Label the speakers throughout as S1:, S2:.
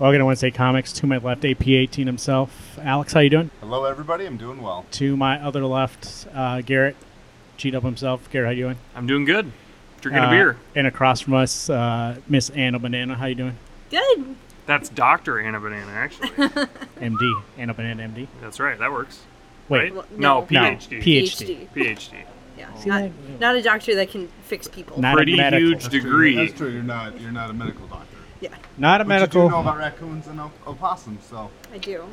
S1: Logan at Wednesday Comics. To my left, AP18 himself. Alex, how you doing?
S2: Hello, everybody. I'm doing well.
S1: To my other left, uh, Garrett, cheat up himself. Garrett, how you doing?
S3: I'm doing good. Drinking
S1: Uh,
S3: a beer.
S1: And across from us, uh, Miss Anna Banana. How you doing?
S4: Good.
S3: That's Dr. Anna Banana, actually.
S1: MD. Anna Banana MD.
S3: That's right. That works.
S1: Wait.
S3: Right?
S4: Well,
S3: no,
S4: no.
S1: No.
S3: PhD.
S1: PhD.
S3: PhD.
S4: Yeah.
S1: See
S4: Not,
S1: that?
S4: not a doctor that can fix people.
S1: Not
S3: Pretty
S1: a medical.
S3: huge
S2: That's true.
S3: degree.
S2: That's true. You're not. You're not a medical doctor.
S4: yeah,
S1: Not a
S2: But
S1: medical.
S2: You do know about raccoons and op- opossums, so
S4: I do.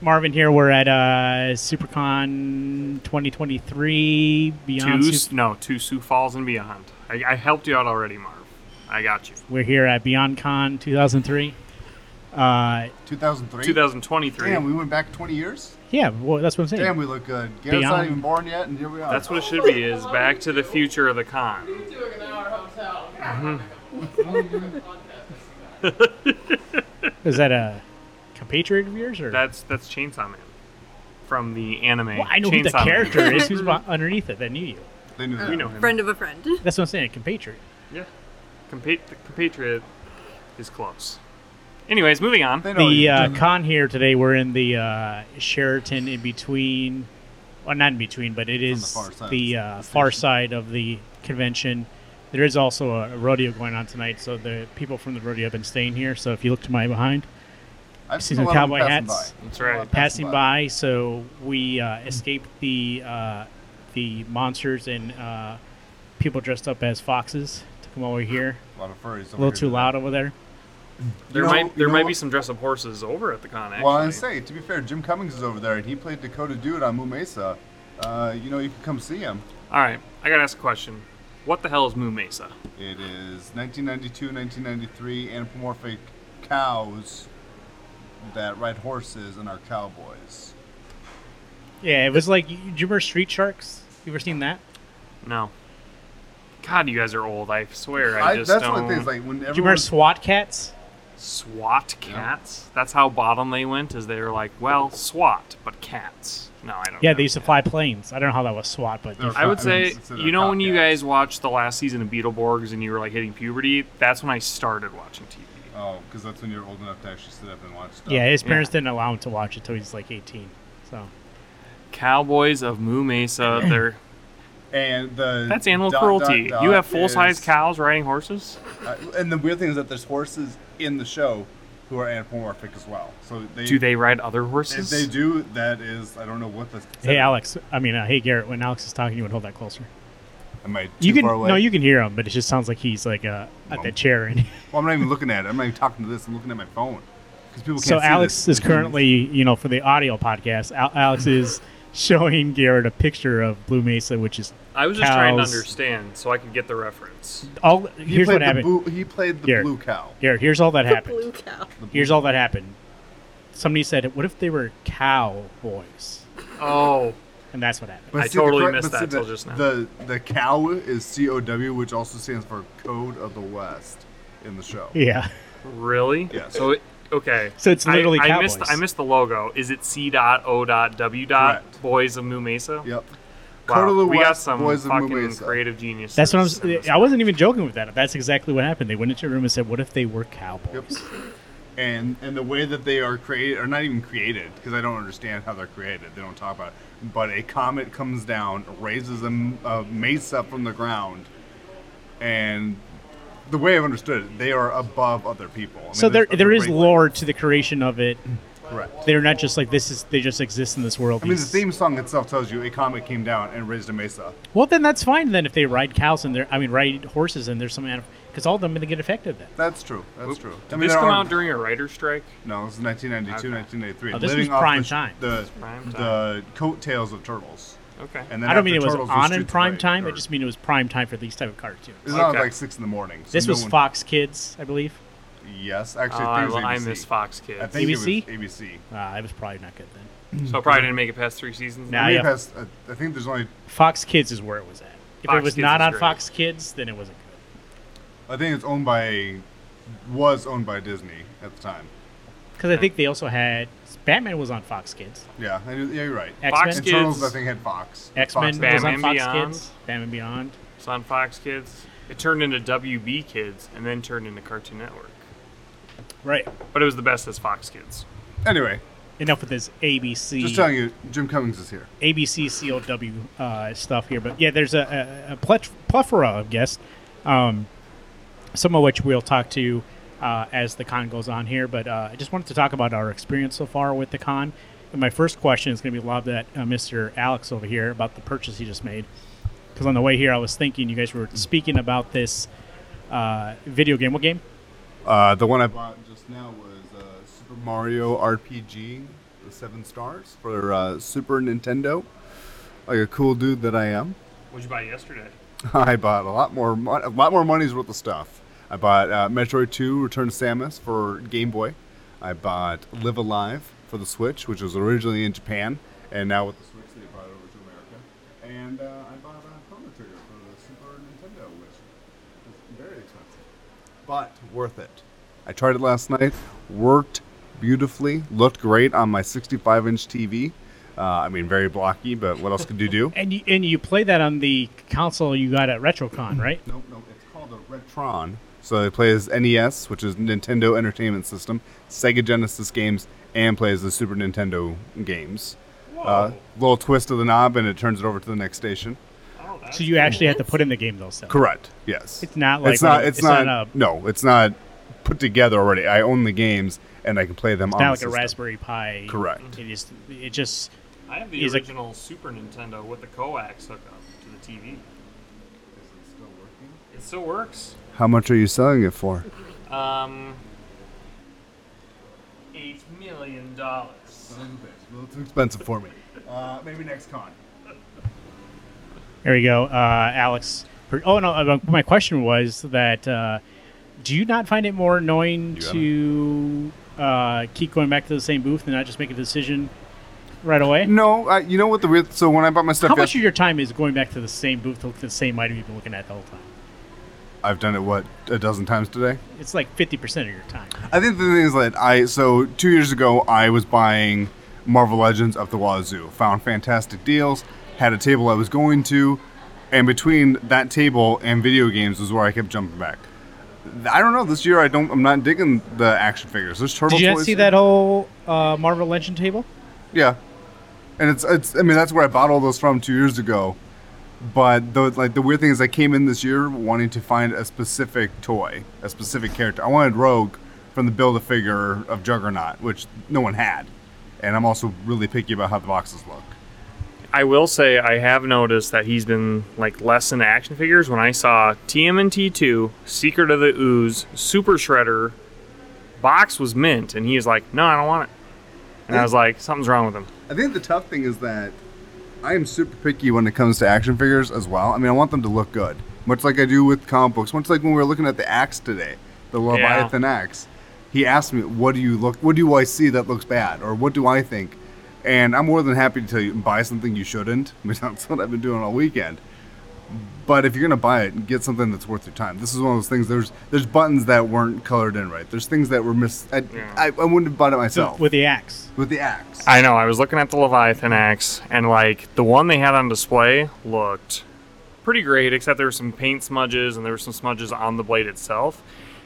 S1: Marvin here. We're at uh, SuperCon 2023 Beyond.
S3: Two,
S1: Sup-
S3: no, two Sioux Falls and beyond. I, I helped you out already, Marv. I got you.
S1: We're here at Beyond Con 2003. Uh,
S2: 2003.
S3: 2023.
S2: Damn, we went back 20 years.
S1: yeah, well, that's what I'm saying.
S2: Damn, we look good. Garrett's not
S1: Beyond-
S2: even born yet, and here we are.
S3: That's what it should be, is back to the future of the con.
S1: Is that a compatriot of yours? Or?
S3: That's that's Chainsaw Man from the anime.
S1: Well, I know who the
S3: Chainsaw Man.
S1: character is who's bo- underneath it that knew you.
S2: They knew that.
S3: We know him.
S4: Friend of a friend.
S1: That's what I'm saying, a compatriot.
S3: Yeah. Compa- the compatriot is close. Anyways, moving on.
S2: They know
S1: The
S2: you.
S1: uh, con here today, we're in the uh, Sheraton in between. Well, not in between, but it is
S2: far side
S1: the
S2: of
S1: uh, far side of the convention. There is also a rodeo going on tonight, so the people from the rodeo have been staying here. So if you look to my behind,
S2: I've
S1: see
S2: seen a
S1: some
S2: lot of
S1: cowboy
S2: them passing
S1: hats.
S2: by.
S3: That's right.
S1: passing by. So we uh, escaped the uh, the monsters and uh, people dressed up as foxes. Took them over here.
S2: A lot of furries.
S1: A little too loud over there.
S3: There
S2: You know-
S3: might there
S2: you
S3: might
S2: know-
S3: be some dress up horses over at the con. Actually.
S2: Well, I say, to be fair, Jim Cummings is over there, and he played Dakota Dude on Moo Mesa. Uh, you know, you can come see him.
S3: All right, I gotta ask a question. What the hell is Moo Mesa?
S2: It is 1992, 1993 anthropomorphic cows that ride horses and are cowboys.
S1: Yeah, it was like you you remember Street Sharks? You ever seen that?
S3: No. God, you guys are old. I swear. I,
S2: I,
S3: just
S2: that's
S3: don't.
S2: one of the things. Like when
S1: Do you remember
S2: everyone,
S1: SWAT cats?
S3: SWAT cats. That's how bottom they went. Is they were like, well, SWAT, but cats. No, I don't.
S1: Yeah,
S3: know.
S1: they used to fly planes. I don't know how that was SWAT, but
S2: They're-
S3: I would
S2: I mean,
S3: say,
S2: it's- it's in
S3: you
S2: a
S3: know, when you
S2: copycat.
S3: guys watched the last season of Beetleborgs and you were like hitting puberty, that's when I started watching TV.
S2: oh, because that's when you're old enough to actually sit up and watch stuff.
S1: yeah, his
S3: Yeah.
S1: parents didn't allow him to watch it till he was like 18. So
S3: Cowboys of Moo Mesa. They're
S2: and the
S3: that's animal
S2: dot, dot,
S3: cruelty.
S2: dot
S3: you have full size
S2: is-
S3: cows riding horses.
S2: uh, and the weird thing is that there's horses in the show who are anthropomorphic as well. So they
S3: Do they ride other
S2: If
S3: horses?
S2: they do, that is I don't know what the
S1: hey, Alex. I mean, uh, hey Garrett. When Alex is talking, you would hold that closer.
S2: Am I too
S1: you can
S2: far away?
S1: no, you can hear him, but it just sounds like he's like uh, at the
S2: Mom.
S1: chair. And
S2: Well, I'm not even looking at it. I'm not even talking to this. I'm looking at my phone because people can't.
S1: so
S2: see
S1: Alex
S2: this.
S1: is currently, you know, for the audio podcast, Al- Alex is showing Garrett a picture of Blue Mesa, which is
S3: I was just trying to
S1: cows.
S3: understand so I could get the reference.
S1: all.
S2: He
S1: here's
S2: played
S1: what
S2: the
S1: happened.
S2: Blue, he played the
S1: Here.
S2: blue cow.
S1: Garrett, here's all that happened.
S4: Blue cow.
S2: The blue-
S1: Here's all that happened. Somebody said, "What if they were cowboys?"
S3: Oh,
S1: And that's what happened.
S2: But
S3: I
S2: see, the
S3: totally
S2: correct-
S3: missed
S2: but see,
S3: that
S2: the,
S3: till just now.
S2: The the cow is C O W, which also stands for Code of the West in the show.
S1: Yeah.
S3: really?
S2: Yes.
S3: So it, okay.
S1: So it's
S3: I-
S1: literally
S3: I,
S1: cowboys.
S3: missed. I missed the logo. Is it C dot O dot W dot
S2: Correct.
S3: Boys of New Mesa?
S2: Yep.
S3: Wow,
S2: Code of the
S3: we got
S2: West,
S3: some
S2: Boys of New
S3: fucking
S2: Mesa.
S3: creative genius.
S1: That's what I'm. s- I wasn't even joking with that. That's exactly what happened. They went into a room and said, "What if they were cowboys?"
S2: And and the way that they are created, or not even created, because I don't understand how they're created. They don't talk about it. But a comet comes down, raises a, m- a mesa from the ground, and the way I've understood it, they are above other people. I mean,
S1: So there,
S2: there's fucking
S1: there is
S2: great-
S1: lore to the creation of it.
S2: Correct.
S1: They're not just like this is. They just exist in this world.
S2: I mean, the
S1: These-
S2: theme song itself tells you a comet came down and raised a mesa.
S1: Well, then that's fine. Then if they ride cows and they're, I mean, ride horses and there's some animal, because all of them are going to get affected then.
S2: That's true. That's true.
S3: Did this
S2: there
S3: come
S2: are-
S3: out during a writer's strike?
S2: No, this is 1992,
S3: Okay.
S2: 1993.
S1: Oh, this
S2: Living
S1: was
S2: off
S1: prime
S2: the,
S1: time.
S2: The,
S3: prime
S2: the coattails of turtles.
S3: Okay.
S2: And then
S1: I don't mean it
S2: after
S1: was
S2: Turtles
S1: on in
S2: Streets of
S1: prime
S2: Rage,
S1: time. I
S2: or-
S1: just mean it was prime time for these type of cartoons.
S2: It's not
S3: Okay.
S2: like six in the morning. so
S1: This
S2: no
S1: was
S2: one-
S1: Fox Kids, I believe.
S2: Yes, actually,
S3: Oh,
S2: I
S3: I,
S2: think it was
S3: I
S2: ABC.
S3: miss Fox
S2: I
S3: Kids.
S2: think
S1: ABC?
S2: it was ABC.
S1: Uh, it was probably not good then.
S3: so I probably didn't make it past three seasons.
S1: Nah,
S2: I,
S1: Ah, yeah.
S2: mean, it has- uh, I- I think there's only.
S1: Fox Kids is where it was at. If it
S3: Fox
S1: was
S3: Kids
S1: not
S3: was
S1: on
S3: great.
S1: Fox Kids, then it wasn't good.
S2: I think it's owned by, was owned by Disney at the time.
S1: Because I think they also had Batman was on Fox Kids.
S2: Yeah, I, yeah, you're right.
S1: X
S3: Fox
S1: Men,
S2: and
S3: Kids-
S2: Turtles, I think, had Fox.
S1: X
S2: Fox
S1: Men was on
S3: Batman
S1: Fox
S3: Beyond.
S1: Kids. Batman Beyond.
S3: It's on Fox Kids. It turned into WB Kids and then turned into Cartoon Network.
S1: Right.
S3: But it was the best as Fox Kids.
S2: Anyway,
S1: Enough with this ABC.
S2: just uh, telling you, Jim Cummings is here.
S1: ABC CLW uh, stuff here, but yeah, there's a, a, a plet- plethora of guests, um, some of which we'll talk to uh, as the con goes on here. But uh, I just wanted to talk about our experience so far with the con. And my first question is going to be lobbed at uh, Mr. Alex over here about the purchase he just made, because on the way here I was thinking you guys were speaking about this uh, video game. What game?
S2: Uh, the one I bought just now was uh, Super Mario RPG, the seven stars for uh, Super Nintendo. Like a cool dude that I am,
S3: What'd you buy yesterday?
S2: I bought a lot more, mon- a lot more money's worth of stuff. I bought uh, Metroid 2: Return to Samus for Game Boy. I bought Live Alive for the Switch, which was originally in Japan, and now with the Switch they brought it over to America. And uh, I bought a Chrono Trigger for the Super Nintendo, which is very expensive but worth it. I tried it last night. Worked beautifully. Looked great on my 65-inch TV. Uh, I mean, very blocky, but what else could you do?
S1: And you, and you play that on the console you got at RetroCon, right?
S2: No, no, it's called a Retron. So it plays NES, which is Nintendo Entertainment System, Sega Genesis games, and plays the Super Nintendo games. Uh, little twist of the knob, and it turns it over to the next station.
S1: So you actually had to put in the game though. So.
S2: Correct. Yes.
S1: It's not like
S2: it's not.
S1: one of-
S2: It's,
S1: it's
S2: not.
S1: not a-
S2: no, it's not put together already. I own the games, and I can play them on
S1: not
S2: the
S1: like a
S2: system.
S1: Raspberry Pi.
S2: Correct.
S1: It just, it just,
S3: I have the
S1: He's like-
S3: original Super Nintendo with the coax hookup to the TV. It still works.
S2: How much are you selling it for?
S3: Um, eight million dollars.
S2: A little too expensive for me. Uh, maybe next con.
S1: there we go. Uh, Alex. per- Oh, no. uh, My question was that uh, do you not find it more annoying
S2: You got
S1: to uh, keep going back to the same booth and not just make a decision right away?
S2: No, I, you know what the weird. So when Mm, I bought my stuff,
S1: How much
S2: yes-
S1: of your time is going back to the same booth to look at the same item you've been looking at the whole time?
S2: I've done it what a dozen times today.
S1: It's like 50% of your time.
S2: I think the thing is that I so two years ago I was buying Marvel Legends up the wazoo, found fantastic deals, had a table I was going to, and between that table and video games was where I kept jumping back. I don't know. This year I don't. I'm not digging the action figures. There's turtle.
S1: Did you not
S2: toys
S1: see
S2: in-
S1: that whole uh, Marvel Legend table?
S2: Yeah, and it's it's. I mean, that's where I bought all those from two years ago. But the like the weird thing is, I came in this year wanting to find a specific toy, a specific character. I wanted Rogue from the Build a Figure of Juggernaut, which no one had, and I'm also really picky about how the boxes look.
S3: I will say I have noticed that he's been like less in action figures. When I saw TMNT two, Secret of the Ooze, Super Shredder, box was mint, and he was like, "No, I don't want it." And I was like, "Something's wrong with him."
S2: I think the tough thing is that I am super picky when it comes to action figures as well. I mean, I want them to look good, much like I do with comic books. Much like when we were looking at the axe today, the Leviathan axe. He asked me, "What do you look? What do I see that looks bad, or what do I think?" And I'm more than happy to tell you, buy something you shouldn't. I mean, that's what I've been doing all weekend. But if you're gonna buy it, get something that's worth your time. This is one of those things. There's there's buttons that weren't colored in right. There's things that were mis. I, I, I wouldn't have bought it myself
S1: With the axe.
S2: with the axe.
S3: I know. I was looking at the Leviathan axe, and like the one they had on display looked pretty great, except there were some paint smudges and there were some smudges on the blade itself.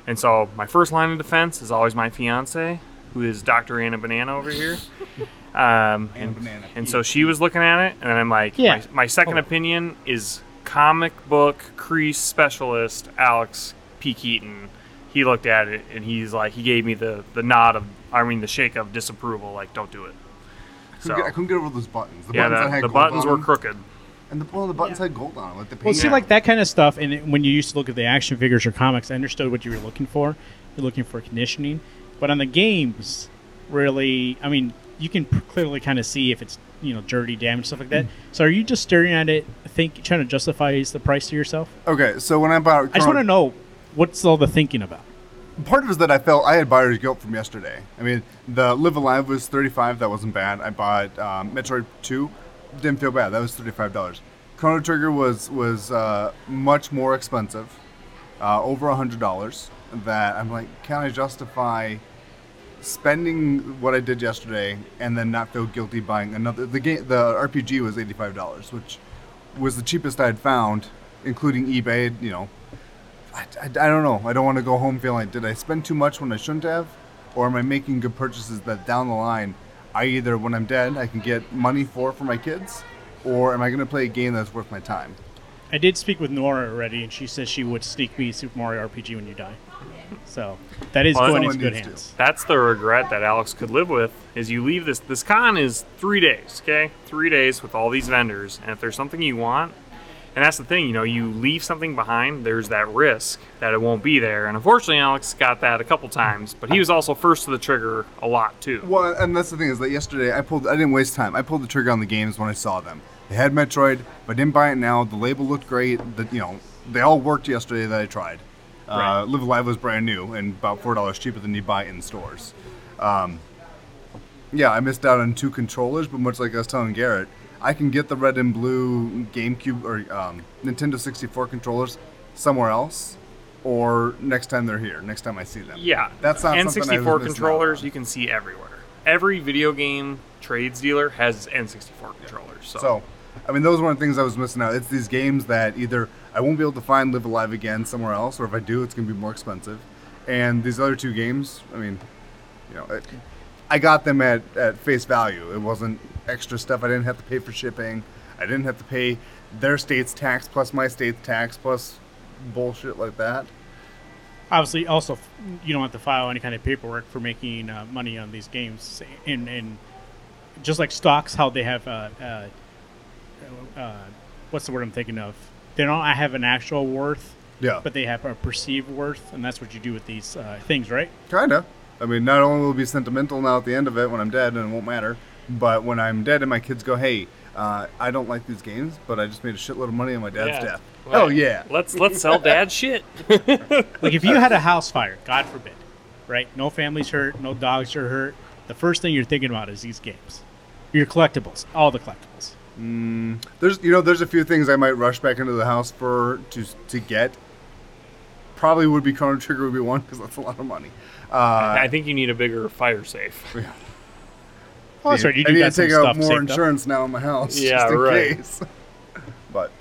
S3: And so my first line of defense is always my fiance, who is Dr. Anna Banana over here. Um,
S2: Anna Banana.
S3: And so she was looking at it, and then I'm like,
S1: Yeah.
S3: my, my second opinion is comic book crease specialist Alex P. Keaton. He looked at it, and he's like, he gave me the the nod of, I mean, the shake of disapproval, like, don't do it. So
S2: couldn't get- I couldn't get over those buttons. The
S3: yeah,
S2: buttons that
S3: the,
S2: had
S3: the
S2: gold
S3: buttons
S2: on
S3: were
S2: them,
S3: crooked.
S2: and the well, the buttons had gold on them, like the paint.
S1: Well, see,
S3: Yeah.
S1: like that kind of stuff, and it- when you used to look at the action figures or comics, I understood what you were looking for. You're looking for conditioning, but on the games, really, I mean, you can p- clearly kind of see if it's you know dirty, damage, stuff like
S2: Mm.
S1: that. So, are you just staring at it, think trying to justify the price to yourself?
S2: okay, so when I bought,
S1: I just want to know what's all the thinking about.
S2: part of it is that I felt I had buyer's guilt from yesterday. I mean, the Live Alive was 35 that wasn't bad. I bought um, Metroid 2, didn't feel bad. That was $35. Chrono Trigger was was uh, much more expensive, uh, over $100. That I'm like, can I justify spending what I did yesterday and then not feel guilty buying another? The game, the RPG was $85, which was the cheapest I'd found, including eBay. You know, I, I, I don't know. I don't want to go home feeling, did I spend too much when I shouldn't have? Or am I making good purchases that down the line, I either, when I'm dead, I can get money for for my kids, or am I going to play a game that's worth my time?
S1: I did speak with Nora already, and she says she would sneak me Super Mario RPG when you die. So that is
S3: Well,
S1: going
S2: someone
S1: into good
S2: needs to.
S1: hands.
S3: That's the regret that Alex could live with is you leave this this con is three days, okay? Three days with all these vendors, and if there's something you want, and that's the thing, you know, you leave something behind, there's that risk that it won't be there. And unfortunately Alex got that a couple times, but he was also first to the trigger a lot too.
S2: Well, and that's the thing is that yesterday I pulled. I didn't waste time. I pulled the trigger on the games when I saw them. They had Metroid, but I didn't buy it now. The label looked great. The, you know, they all worked yesterday that I tried.
S3: Right.
S2: Uh, Live Alive was brand new and about four dollars cheaper than you buy in stores. Um, yeah, I missed out on two controllers, but much like I was telling Garrett, I can get the red and blue GameCube or um, Nintendo 64 controllers somewhere else, or next time they're here, next time I see them.
S3: Yeah,
S2: that's not something I
S3: N64
S2: was missing out
S3: controllers
S2: on.
S3: you can see everywhere. Every video game trades dealer has N64 controllers. So,
S2: So, I mean, those were the things I was missing out. It's these games that either I won't be able to find Live Alive again somewhere else, or if I do, it's going to be more expensive. And these other two games, I mean, you know, it, I got them at, at face value. It wasn't extra stuff. I didn't have to pay for shipping. I didn't have to pay their state's tax plus my state's tax plus bullshit like that.
S1: obviously also f- you don't have to file any kind of paperwork for making uh, money on these games and and just like stocks how they have uh, uh, uh, what's the word i'm thinking of they don't have an actual worth
S2: Yeah.
S1: but they have a perceived worth and that's what you do with these uh, things right
S2: Kinda. I mean, not only will it be sentimental now at the end of it when I'm dead and it won't matter, but when I'm dead and my kids go, hey, uh, I don't like these games, but I just made a shitload of money on my dad's death. Oh,
S3: Right.
S2: yeah.
S3: Let's let's sell dad shit.
S1: like if you had a house fire god forbid right no families hurt no dogs are hurt the first thing you're thinking about is these games your collectibles all the collectibles
S2: There's, you know, there's a few things I might rush back into the house for to to get. Probably would be Chrono Trigger would be one because that's a lot of money.
S1: Oh,
S2: Uh,
S3: I think you need a bigger fire safe.
S1: well, that's right. You
S2: I
S1: do
S2: need
S1: got
S2: to
S1: some
S2: take out
S1: stuff
S2: more
S1: saved up.
S2: insurance now in my house.
S3: Yeah,
S2: just in
S3: right.
S2: Case. but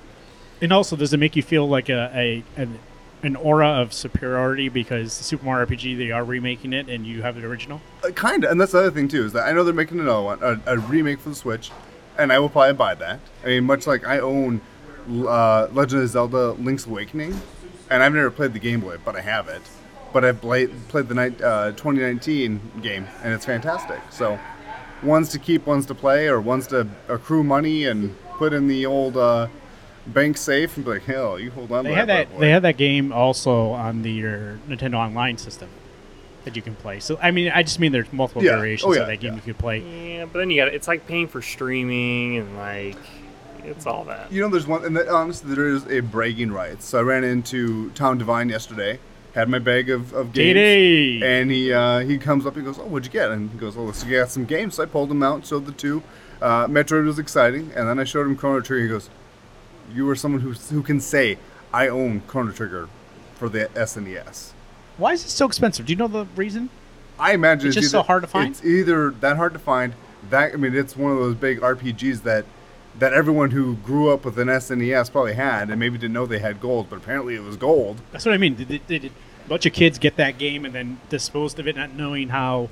S1: And also, does it make you feel like a, a an, an aura of superiority because Super Mario RPG they are remaking it and you have the original?
S2: Uh, kind of, and that's the other thing too is that I know they're making another one, a, a remake for the Switch, and I will probably buy that. I mean, much like I own uh, Legend of Zelda: Link's Awakening, and I've never played the Game Boy, but I have it. But I've played played the night, uh, 2019 game, and it's fantastic. So, ones to keep, ones to play, or ones to accrue money and put in the old uh, bank safe and be like, hell, you hold on.
S1: They
S2: to
S1: had
S2: bad
S1: that.
S2: boy."
S1: They had that game also on the your Nintendo Online system that you can play. So I mean, I just mean there's multiple
S2: Yeah.
S1: variations
S2: Oh, yeah,
S1: of that game
S2: yeah.
S1: you could play.
S3: Yeah, but then you got it's like paying for streaming and like it's all that.
S2: You know, there's one, and that, honestly, there is a bragging rights. So I ran into Tom Devine yesterday, had my bag of, of games,
S1: TD.
S2: and he uh, he comes up, he goes, "Oh, what'd you get?" And he goes, "Oh, so you got some games." So I pulled them out, showed the two. Uh, Metroid was exciting, and then I showed him Chrono Trigger. He goes, "You are someone who who can say I own Chrono Trigger for the E SNES."
S1: Why is it so expensive? Do you know the reason?
S2: I imagine
S1: It's just so hard to find?
S2: It's either that hard to find. That I mean, it's one of those big RPGs that that everyone who grew up with an SNES probably had, and maybe didn't know they had gold, but apparently it was gold.
S1: That's what I mean. Did, did, did a bunch of kids get that game and then disposed of it, not knowing how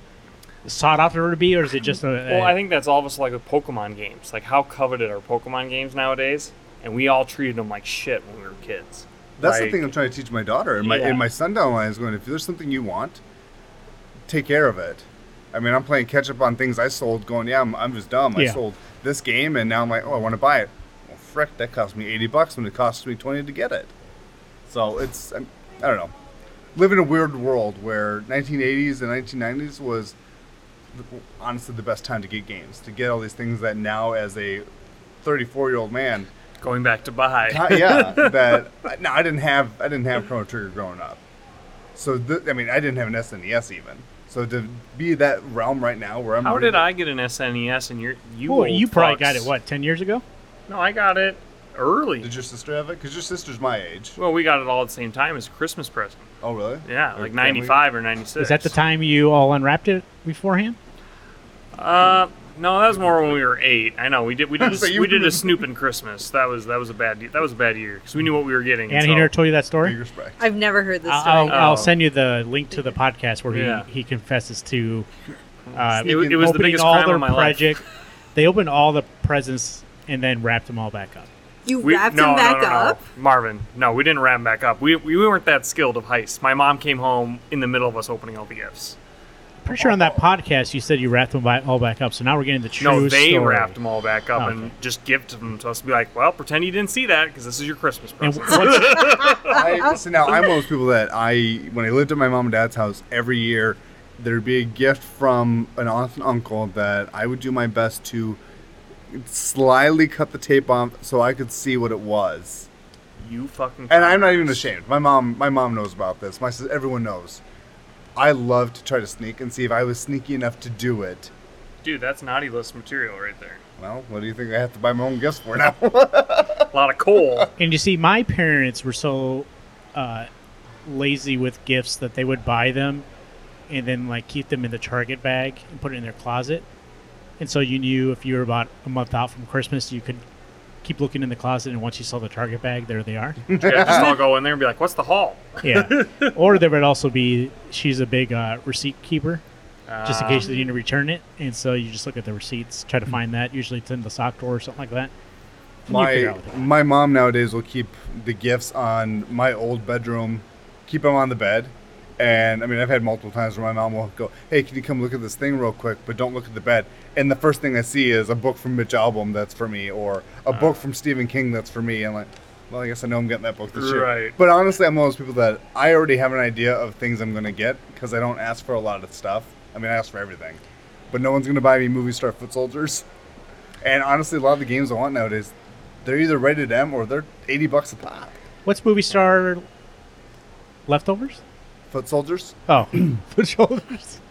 S1: sought after it would be, or is it just a?
S3: Well, I think that's all of us like with Pokemon games. Like how coveted are Pokemon games nowadays? And we all treated them like shit when we were kids.
S2: That's
S3: Like,
S2: the thing I'm trying to teach my daughter, and my
S3: Yeah.
S2: and my son down the line is going. If there's something you want, take care of it. I mean, I'm playing catch up on things I sold. Going, yeah, I'm, I'm just dumb. I
S1: Yeah.
S2: sold this game, and now I'm like, oh, I want to buy it. Well, frick, that cost me 80 bucks when it cost me 20 to get it. So it's, I'm, I don't know. Live in a weird world where 1980s and 1990s was the, honestly the best time to get games, to get all these things that now, as a 34 year old man,
S3: Going back to buy.
S2: uh, yeah, that no, I didn't have I didn't have Chrono Trigger growing up. So th- I mean, I didn't have an SNES even. So to be that realm right now where I'm
S3: How
S2: ready
S3: did
S2: to-
S3: I get an SNES and you're, you?
S1: Well,
S3: old
S1: you probably got
S3: fucks?
S1: it what ten years ago.
S3: No, I got it early.
S2: Did your sister have it? Because your sister's my age.
S3: well, we got it all at the same time as a Christmas present.
S2: Oh really?
S3: Yeah,
S2: Or family-
S3: like ninety five or ninety six.
S1: Is that the time you all unwrapped it beforehand?
S3: Uh, No, that was more when we were eight. I know we did. We did. A,
S2: So you
S3: we did
S2: were-
S3: a Snoop and Christmas. That was that was a bad. That was a bad year because we knew what we were getting.
S1: And
S3: so-
S1: he never told you that
S2: Big
S1: story.
S2: respect.
S4: I've never heard this
S1: I'll,
S4: story.
S1: I'll, I'll
S3: Oh.
S1: send you the link to the podcast where he,
S3: Yeah.
S1: he confesses to uh,
S3: it, wa- it was the
S1: opening
S3: biggest
S1: all
S3: crime
S1: their
S3: of my life.
S1: project. They opened all the presents and then wrapped them all back up.
S4: you
S3: We,
S4: wrapped
S3: no,
S4: him back
S3: no, no, no.
S4: up.
S3: Marvin. No, we didn't wrap him back up. We, we weren't that skilled of heists. My mom came home in the middle of us opening all the gifts.
S1: Pretty sure on that podcast you said you wrapped them by, all back up. So now we're getting the true
S3: Oh. no, they
S1: story.
S3: wrapped them all back up
S1: Oh,
S3: and
S1: okay.
S3: just gifted them to us. Be like, well, pretend you didn't see that because this is your Christmas
S1: And
S3: present.
S1: what's,
S2: I, so now I'm one of those people that I, when I lived at my mom and dad's house, every year there'd be a gift from an aunt and uncle that I would do my best to slyly cut the tape off so I could see what it was.
S3: you fucking.
S2: And I'm not even ashamed. My mom, my mom knows about this. My sis, everyone knows. I love to try to sneak and see if I was sneaky enough to do it.
S3: dude. That's naughty list material right there.
S2: Well, what do you think I have to buy my own gifts for now?
S3: A lot of coal.
S1: and you see, my parents were so uh, lazy with gifts that they would buy them and then like keep them in the Target bag and put it in their closet. And so you knew if you were about a month out from Christmas, you could keep looking in the closet, and once you saw the Target bag, there they are.
S3: yeah, just all go in there and be like, what's the haul?
S1: Yeah. or there would also be she's a big uh, receipt keeper, just in case they didn't return it, and so you just look at the receipts, try to find that. Usually it's in the sock drawer or something like that. And you figure
S2: my
S1: out what they-
S2: my mom nowadays will keep the gifts on my old bedroom, keep them on the bed, and I mean I've had multiple times where my mom will go, "Hey, can you come look at this thing real quick?" But don't look at the bed. And the first thing I see is a book from Mitch Album that's for me, or
S1: Ah.
S2: a book from Stephen King that's for me, and like. Well, I guess I know I'm getting that book this year.
S3: Right.
S2: But honestly, I'm one of those people that I already have an idea of things I'm going to get because I don't ask for a lot of stuff. I mean, I ask for everything. But no one's going to buy me movie star foot soldiers. And honestly, a lot of the games I want nowadays, they're either rated M or they're 80 bucks a pop.
S1: What's movie star leftovers?
S2: Foot soldiers,
S1: Oh, foot shoulders.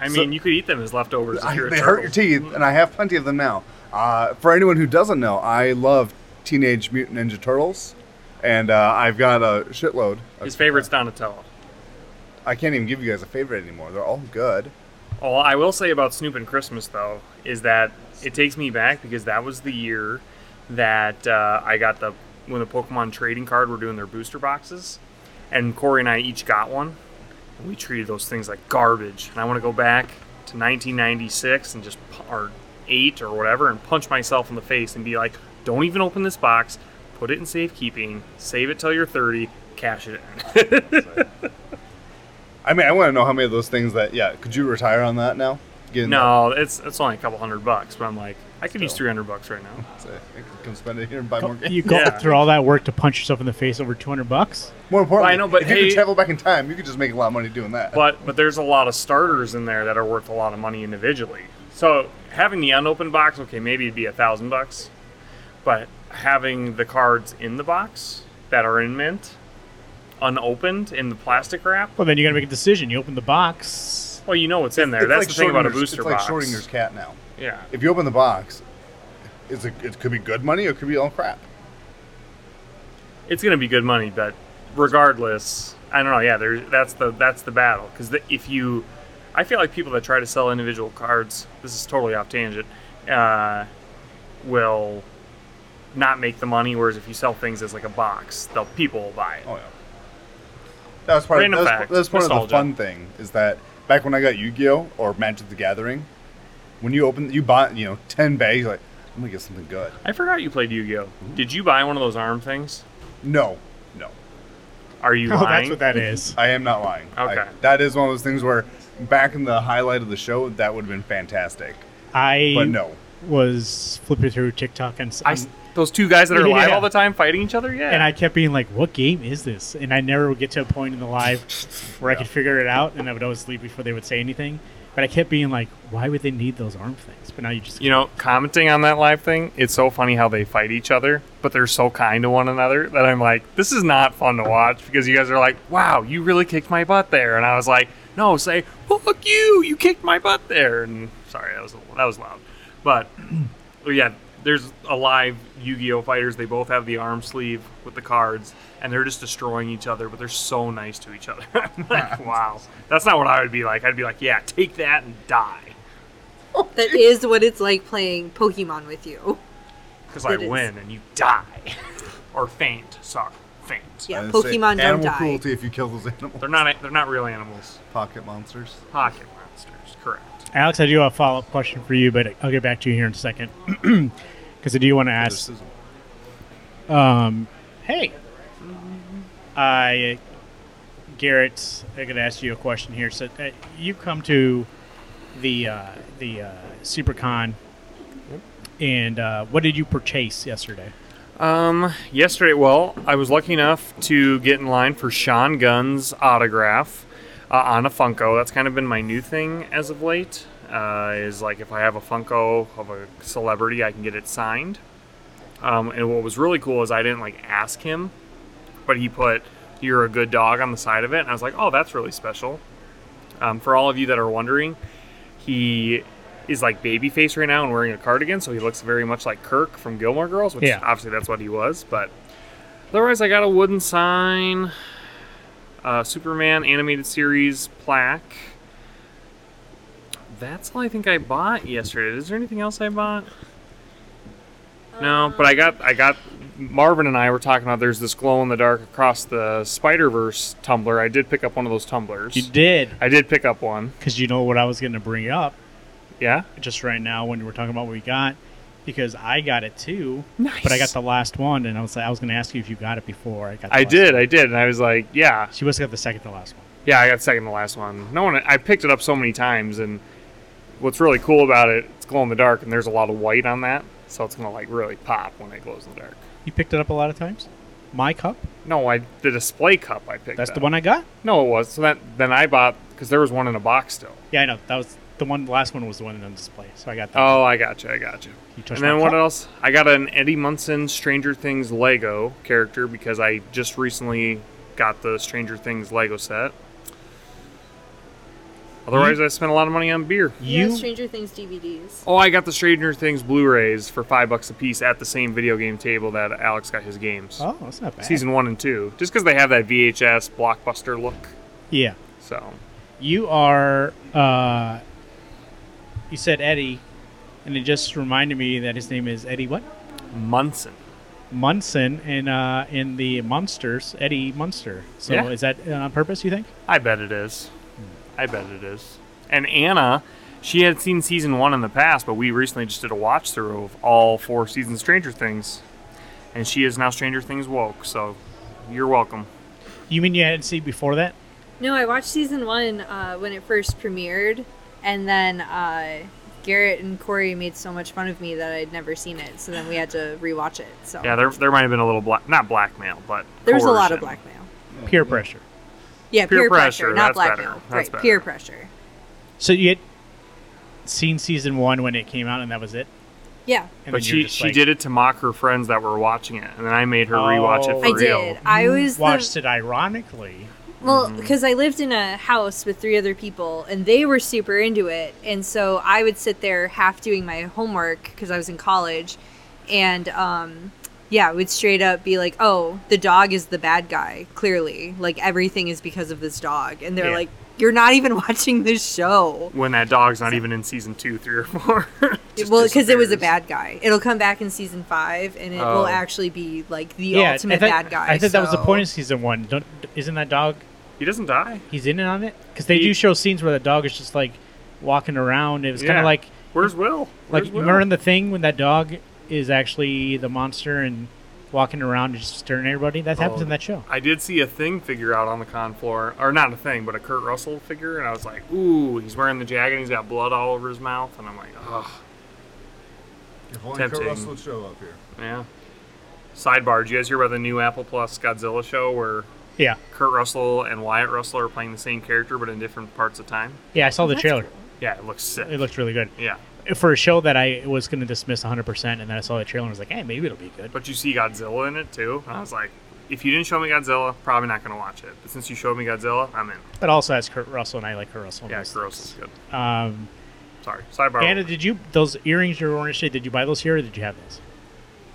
S3: I
S2: So-
S3: mean, you could eat them as leftovers. If
S2: I-
S3: you're a
S2: they hurt your
S3: turtle.
S2: teeth, and I have plenty of them now. Uh, for anyone who doesn't know, I love Teenage Mutant Ninja Turtles, and uh, I've got a shitload.
S3: His favorite's Donatello.
S2: I can't even give you guys a favorite anymore. They're all good.
S3: All I will say about Snoop and Christmas, though, is that it takes me back because that was the year that uh, I got the when the Pokemon trading card were doing their booster boxes, and Corey and I each got one, and we treated those things like garbage. And I want to go back to 1996 and just pu- or eight or whatever, and punch myself in the face and be like, "Don't even open this box. Put it in safekeeping. Save it till you're 30. Cash it in."
S2: I mean, I want to know how many of those things that, yeah, could you retire on that now? Get in
S3: no, it's it's only a couple hundred bucks, but I'm like, I could use
S2: Still.
S3: 300 bucks right now.
S2: that? So I can come spend it here and buy more games.
S1: You go
S3: Yeah.
S1: through all that work to punch yourself in the face over two hundred bucks.
S2: More importantly,
S3: I know, but
S2: if you
S3: hey-
S2: could travel back in time, you could just make a lot of money doing that.
S3: But but there's a lot of starters in there that are worth a lot of money individually. So having the unopened box, okay, maybe it'd be a thousand bucks, but having the cards in the box that are in mint, unopened in the plastic wrap,
S1: Well, then you got to make a decision. You open the box.
S3: well, you know what's in there. That's the thing about a
S2: Schrodinger's-
S3: booster
S2: it's like
S3: box.
S2: Schrodinger's cat now.
S3: Yeah,
S2: If you open the box, it's a, it could be good money or it could be all crap.
S3: it's gonna be good money, but regardless, I don't know. Yeah, there's that's the that's the battle because if you, I feel like people that try to sell individual cards, this is totally off tangent, uh, will not make the money. Whereas if you sell things as like a box, they'll people will buy it.
S2: Oh yeah. That's part. Of,
S3: Random
S2: that's,
S3: fact.
S2: that's part of the
S3: Nostalgia.
S2: fun thing is that back when I got Yu-Gi-Oh or Magic the Gathering, when you open, you bought you know ten bags. You're like I'm gonna get something good.
S3: I forgot you played Yu-Gi-Oh. Did you buy one of those arm things?
S2: No, no,
S3: Are you
S1: Oh, that's
S3: lying?
S1: what that is.
S2: I am not lying. I-
S3: Okay.
S2: that is one of those things where back in the highlight of the show, that would have been fantastic.
S1: I
S2: But no,
S1: was flipping through TikTok and s-
S3: I s- those two guys that are
S1: Yeah.
S3: alive all the time fighting each other. Yeah,
S1: and I kept being like, "What game is this?" And I never would get to a point in the live where I could figure it out, and I would always leave before they would say anything. But I kept being like, "Why would they need those arm things?" But now you just
S3: you know, commenting on that live thing, it's so funny how they fight each other, but they're so kind to one another that I'm like, this is not fun to watch because you guys are like, wow, you really kicked my butt there, and I was like, no, say, fuck you, you kicked my butt there, and sorry, that was that was loud, but yeah, there's a live Yu-Gi-Oh fighters. They both have the arm sleeve with the cards, and they're just destroying each other, but they're so nice to each other. I'm like, wow, that's not what I would be like. I'd be like, yeah, take that and die.
S4: That is what it's like playing Pokemon with you.
S3: because I
S4: It is.
S3: win and you die or faint. Sorry, faint.
S4: Yeah,
S2: I'd say
S4: Pokemon don't
S2: animal
S4: die.
S2: cruelty if you kill those animals.
S3: They're not. They're not real animals.
S2: pocket monsters.
S3: Pocket monsters. Correct.
S1: Alex, I do have a follow up question for you, but I'll get back to you here in a second. Because I do want to ask
S2: Criticism.
S1: Hey, I, Garrett, I'm going to ask you a question here. So uh, you come to the uh, the uh, SuperCon, and uh, what did you purchase yesterday?
S3: Um, yesterday, well, I was lucky enough to get in line for Sean Gunn's autograph uh, on a Funko. That's kind of been my new thing as of late. Uh, is like if I have a Funko of a celebrity, I can get it signed. Um, and what was really cool is I didn't like ask him, but he put "You're a good dog" on the side of it, and I was like, "Oh, that's really special." Um, for all of you that are wondering, he is like babyface right now and wearing a cardigan, so he looks very much like Kirk from Gilmore Girls, which
S1: Yeah.
S3: obviously that's what he was. But otherwise, I got a wooden sign, uh, Superman animated series plaque. That's all I think I bought yesterday. Is there anything else I bought? No, but I got I got Marvin and I were talking about there's this glow in the dark across the Spider Verse tumbler. I did pick up one of those tumblers.
S1: You did,
S3: I did pick up one.
S1: because you know what I was going to bring up
S3: Yeah.
S1: just right now when we were talking about what we got, because I got it too,
S3: Nice.
S1: but I got the last one, and I was I was going to ask you if you got it before I got. The
S3: I
S1: last
S3: did.
S1: one.
S3: I did, and I was like, yeah,
S1: She must have got the second to last one.
S3: yeah. I got second to last one. No one. I picked it up so many times, and what's really cool about it, it's glow in the dark, and there's a lot of white on that, so it's gonna like really pop when it glows in the dark.
S1: You picked it up a lot of times. My cup.
S3: No, I the display cup I picked.
S1: That's
S3: up.
S1: the one I got.
S3: No, it was. So that then I bought because there was one in a box still.
S1: Yeah, I know. That was the one. The last one was the one on display, so I got that.
S3: Oh, I got you. I got you.
S1: You touched
S3: And then
S1: my
S3: what
S1: cup.
S3: else? I got an Eddie Munson Stranger Things Lego character because I just recently got the Stranger Things Lego set. Otherwise,
S1: Hmm?
S3: I spent a lot of money on beer.
S4: You
S1: You
S4: Stranger Things DVDs.
S3: Oh, I got the Stranger Things Blu-rays for five bucks a piece at the same video game table that Alex got his games.
S1: Oh, that's not bad.
S3: Season one and two, just because they have that VHS blockbuster look.
S1: Yeah.
S3: So
S1: You are. Uh, you said Eddie, and it just reminded me that his name is Eddie what
S3: Munson.
S1: Munson in uh, in the Munsters Eddie Munster. So
S3: Yeah.
S1: is that uh, on purpose? You think?
S3: I bet it is. I bet it is. And Anna, she had seen season one in the past, but we recently just did a watch through of all four seasons of Stranger Things. And she is now Stranger Things woke, so you're welcome.
S1: You mean you hadn't seen before that?
S3: Oh,
S4: No, I watched season one uh, when it first premiered, and then uh, Garrett and Corey made so much fun of me that I'd never seen it, so then we had to rewatch it. So
S3: Yeah, there, there might have been a little black, not blackmail, but
S4: there was a lot of
S3: coercion.
S4: blackmail.
S1: Peer pressure.
S4: Yeah,
S3: Peer
S4: peer,
S3: pressure,
S4: pressure, not
S3: that's better,
S4: blackmail.
S3: that's
S4: Right,
S3: better.
S4: peer pressure.
S1: So you had seen season one when it came out, and that was it.
S4: Yeah,
S1: And then
S3: But
S1: you were
S3: she,
S1: just
S3: she
S1: like,
S3: did it to mock her friends that were watching it, and then I made her
S1: Oh.
S3: rewatch it for
S4: I
S3: real.
S4: did. I was the,
S1: watched it ironically.
S4: Well,
S3: Mm-hmm.
S4: because I lived in a house with three other people, and they were super into it, and so I would sit there half doing my homework because I was in college, and um, yeah, would straight up be like, "Oh, the dog is the bad guy. Clearly, like everything is because of this dog," and they're
S1: Yeah.
S4: like, "You're not even watching this show."
S3: When that dog's not even in season two, three, or four. Just
S4: well, because it was a
S3: disappears.
S4: bad guy. It'll come back in season five, and it
S3: Oh.
S4: will actually be like the
S1: yeah,
S4: ultimate
S1: I thought,
S4: bad guy.
S1: I thought that was the
S4: so-
S1: point of season one. Don't, isn't that dog?
S3: He doesn't die.
S1: He's in it on it because they
S3: He-
S1: do show scenes where the dog is just like walking around. It was kind
S3: Yeah.
S1: of like
S3: Where's Will?
S1: like
S3: Where's
S1: you
S3: Will?
S1: remember in the thing when that dog is actually the monster and walking around and just staring at everybody. That happens
S3: Oh.
S1: in that show.
S3: I did see a thing figure out on the con floor, or not a thing, but a Kurt Russell figure, and I was like, "Ooh, he's wearing the jacket, and he's got blood all over his mouth," and I'm like, "Ugh,
S2: If only
S3: Tempting.
S2: Kurt Russell would show up here.
S3: yeah." Sidebar: Did you guys hear about the new Apple Plus Godzilla show where
S1: Yeah,
S3: Kurt Russell and Wyatt Russell are playing the same character but in different parts of time?
S1: yeah. I saw the
S4: That's
S1: trailer.
S3: Yeah, it looks sick.
S1: It looked really good
S3: yeah,
S1: for a show that I was going to dismiss 100, percent and then I saw the trailer and was like, hey, maybe it'll be good.
S3: but you see Godzilla in it too, and I was like, "If you didn't show me Godzilla, probably not gonna watch it." But since you showed me Godzilla, I'm in.
S1: But also has Kurt Russell and I like Kurt Russell.
S3: Yeah,
S1: most.
S3: Kurt Russell's good.
S1: Um,
S3: Sorry, sidebar.
S1: Anna,
S3: over.
S1: did you those earrings you were wearing today? Did you buy those here or did you have those?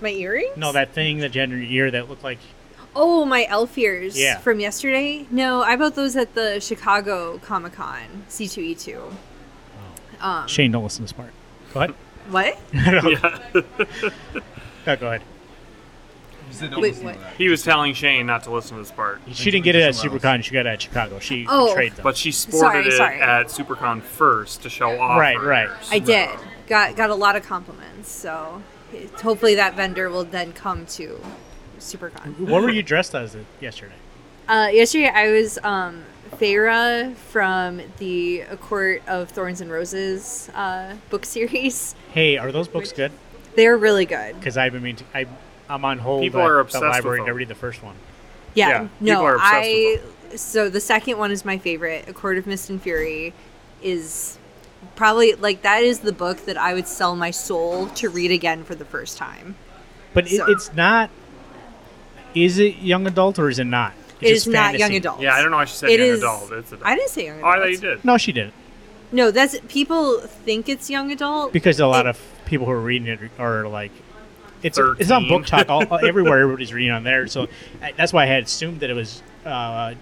S4: my earrings.
S1: No, that thing that you had in your ear that looked like
S4: Oh, my elf ears
S1: Yeah.
S4: from E yesterday. No, I bought those at the Chicago Comic Con C2E2. Um,
S1: Shane, don't listen to Smart. Go ahead.
S4: what?
S3: Yeah.
S1: No, go ahead.
S4: Wait, listen to what?
S3: he was telling Shane not to listen to this part,
S1: She didn't get it at
S2: Somewhere
S1: SuperCon. She got it at Chicago. She
S4: Oh.
S1: traded them.
S3: but she sported
S4: Sorry, sorry.
S3: it at SuperCon first to show off.
S1: Right,
S3: her
S1: right.
S3: wares.
S4: I did. Got got a lot of compliments. So it- hopefully that vendor will then come to SuperCon.
S1: what were you dressed as yesterday?
S4: Uh, yesterday I was um, Feyre from the A Court of Thorns and Roses uh, book series.
S1: Hey, are those books good?
S4: They're really good.
S1: Because I've been meaning to, I, I'm on hold
S3: People
S1: at
S3: are
S1: the
S3: obsessed with
S1: library to
S3: them.
S1: read the first one.
S4: Yeah.
S3: Yeah, people
S4: no,
S3: are obsessed
S4: I.
S3: with
S4: So the second one is my favorite. A Court of Mist and Fury is probably like that is the book that I would sell my soul to read again for the first time.
S1: But it,
S4: So-
S1: it's not. Is it young adult or is it not?
S4: It
S1: It's
S4: is
S1: just
S4: not young
S1: fantasy.
S4: adults.
S3: Yeah, I don't know why she said
S4: It
S3: young
S4: is-
S3: adult. It's adult.
S4: I didn't say young
S3: oh, I
S4: adults.
S3: thought you did.
S1: No, she didn't.
S4: No, that's people think it's young adult.
S1: Because a lot
S4: It-
S1: of people who are reading it are like, it's it's on book talk all, everywhere. Everybody's reading on there, so I, that's why I had assumed that it was uh,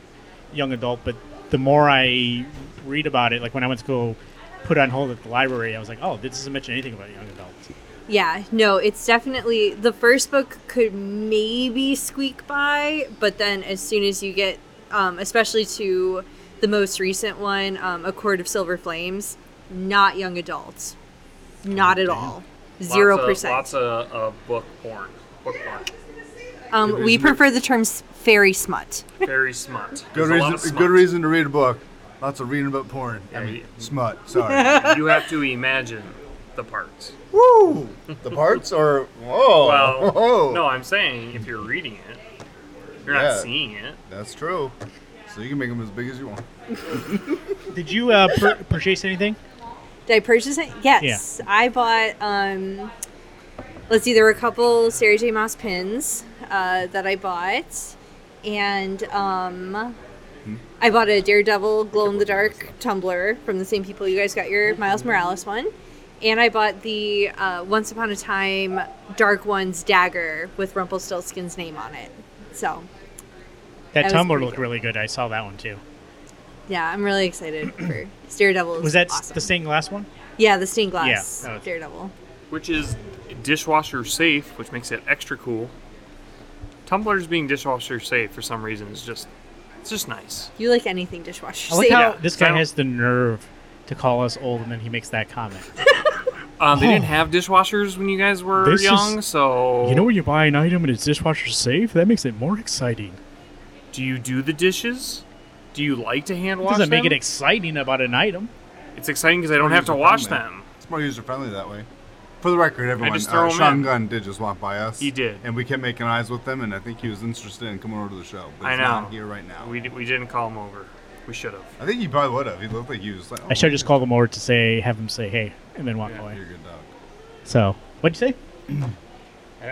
S1: young adult. But the more I read about it, like when I went to go put on hold at the library, I was like, oh, this doesn't mention anything about young adults.
S4: yeah, no, it's definitely the first book could maybe squeak by, but then as soon as you get, um, especially to the most recent one, um, A Court of Silver Flames, not young adults, not at all, zero
S3: Lots
S4: percent.
S3: of uh, book porn. Book porn.
S4: Um, we prefer the term s- fairy smut.
S3: Very smut.
S2: Good
S3: There's a lot
S2: reason,
S3: of smut.
S2: good reason to read a book. Lots of reading about porn. I
S3: Yeah,
S2: mean,
S3: you-
S2: smut. Sorry.
S3: You have to imagine the parts.
S2: Woo! The parts are whoa.
S3: Well,
S2: whoa.
S3: no, I'm saying if you're reading it, you're
S2: Yeah.
S3: not seeing it.
S2: That's true. So you can make them as big as you want.
S1: Did you uh, pur- purchase anything?
S4: Did I purchase it? Yes. I bought, um, let's see, there were a couple Sarah J. Moss pins uh, that I bought. And um,
S1: Hmm?
S4: I bought a Daredevil glow in the dark tumbler from the same people you guys got your Miles Morales one. And I bought the uh, Once Upon a Time Dark One's dagger with Rumpelstiltskin's name on it. So, That
S1: That
S4: was
S1: tumbler
S4: pretty
S1: looked
S4: good.
S1: really good. I saw that one too.
S4: yeah, I'm really excited for Daredevil.
S1: Was that s-
S4: awesome.
S1: the stained glass one?
S4: Yeah, the stained glass
S1: Yeah, Oh, that was-
S4: Daredevil.
S3: Which is dishwasher safe, which makes it extra cool. Tumblers being dishwasher safe for some reason is just it's just nice.
S4: You like anything dishwasher
S1: I like
S4: safe.
S1: how
S3: Yeah.
S1: this guy
S3: So-
S1: has the nerve to call us old, and then he makes that comment.
S3: Um, they didn't have dishwashers when you guys were
S1: Oh. This is-
S3: young, so
S1: when you buy an item and it's dishwasher safe, that makes it more exciting.
S3: do you do the dishes? Do you like to hand wash
S1: Doesn't
S3: them?
S1: make it exciting about an item.
S3: it's exciting because I don't have to wash
S2: User-friendly.
S3: them.
S2: It's more user friendly that way. For the record, everyone,
S3: just throw
S2: uh,
S3: 'em
S2: Sean
S3: in.
S2: Gunn did just walk by us.
S3: He did.
S2: and we kept making eyes with him, and I think he was interested in coming over to the show. But
S3: I
S2: he's
S3: know.
S2: not here right now.
S3: We, d- we didn't call them over. We should have.
S1: Oh,
S2: I think he probably would have. He looked like he was like. Oh,
S1: I should have just called him over to say, have him say hey, and then walk
S2: Yeah,
S1: away.
S2: you're a good dog.
S1: So, what'd you say?
S3: I,
S1: Oh,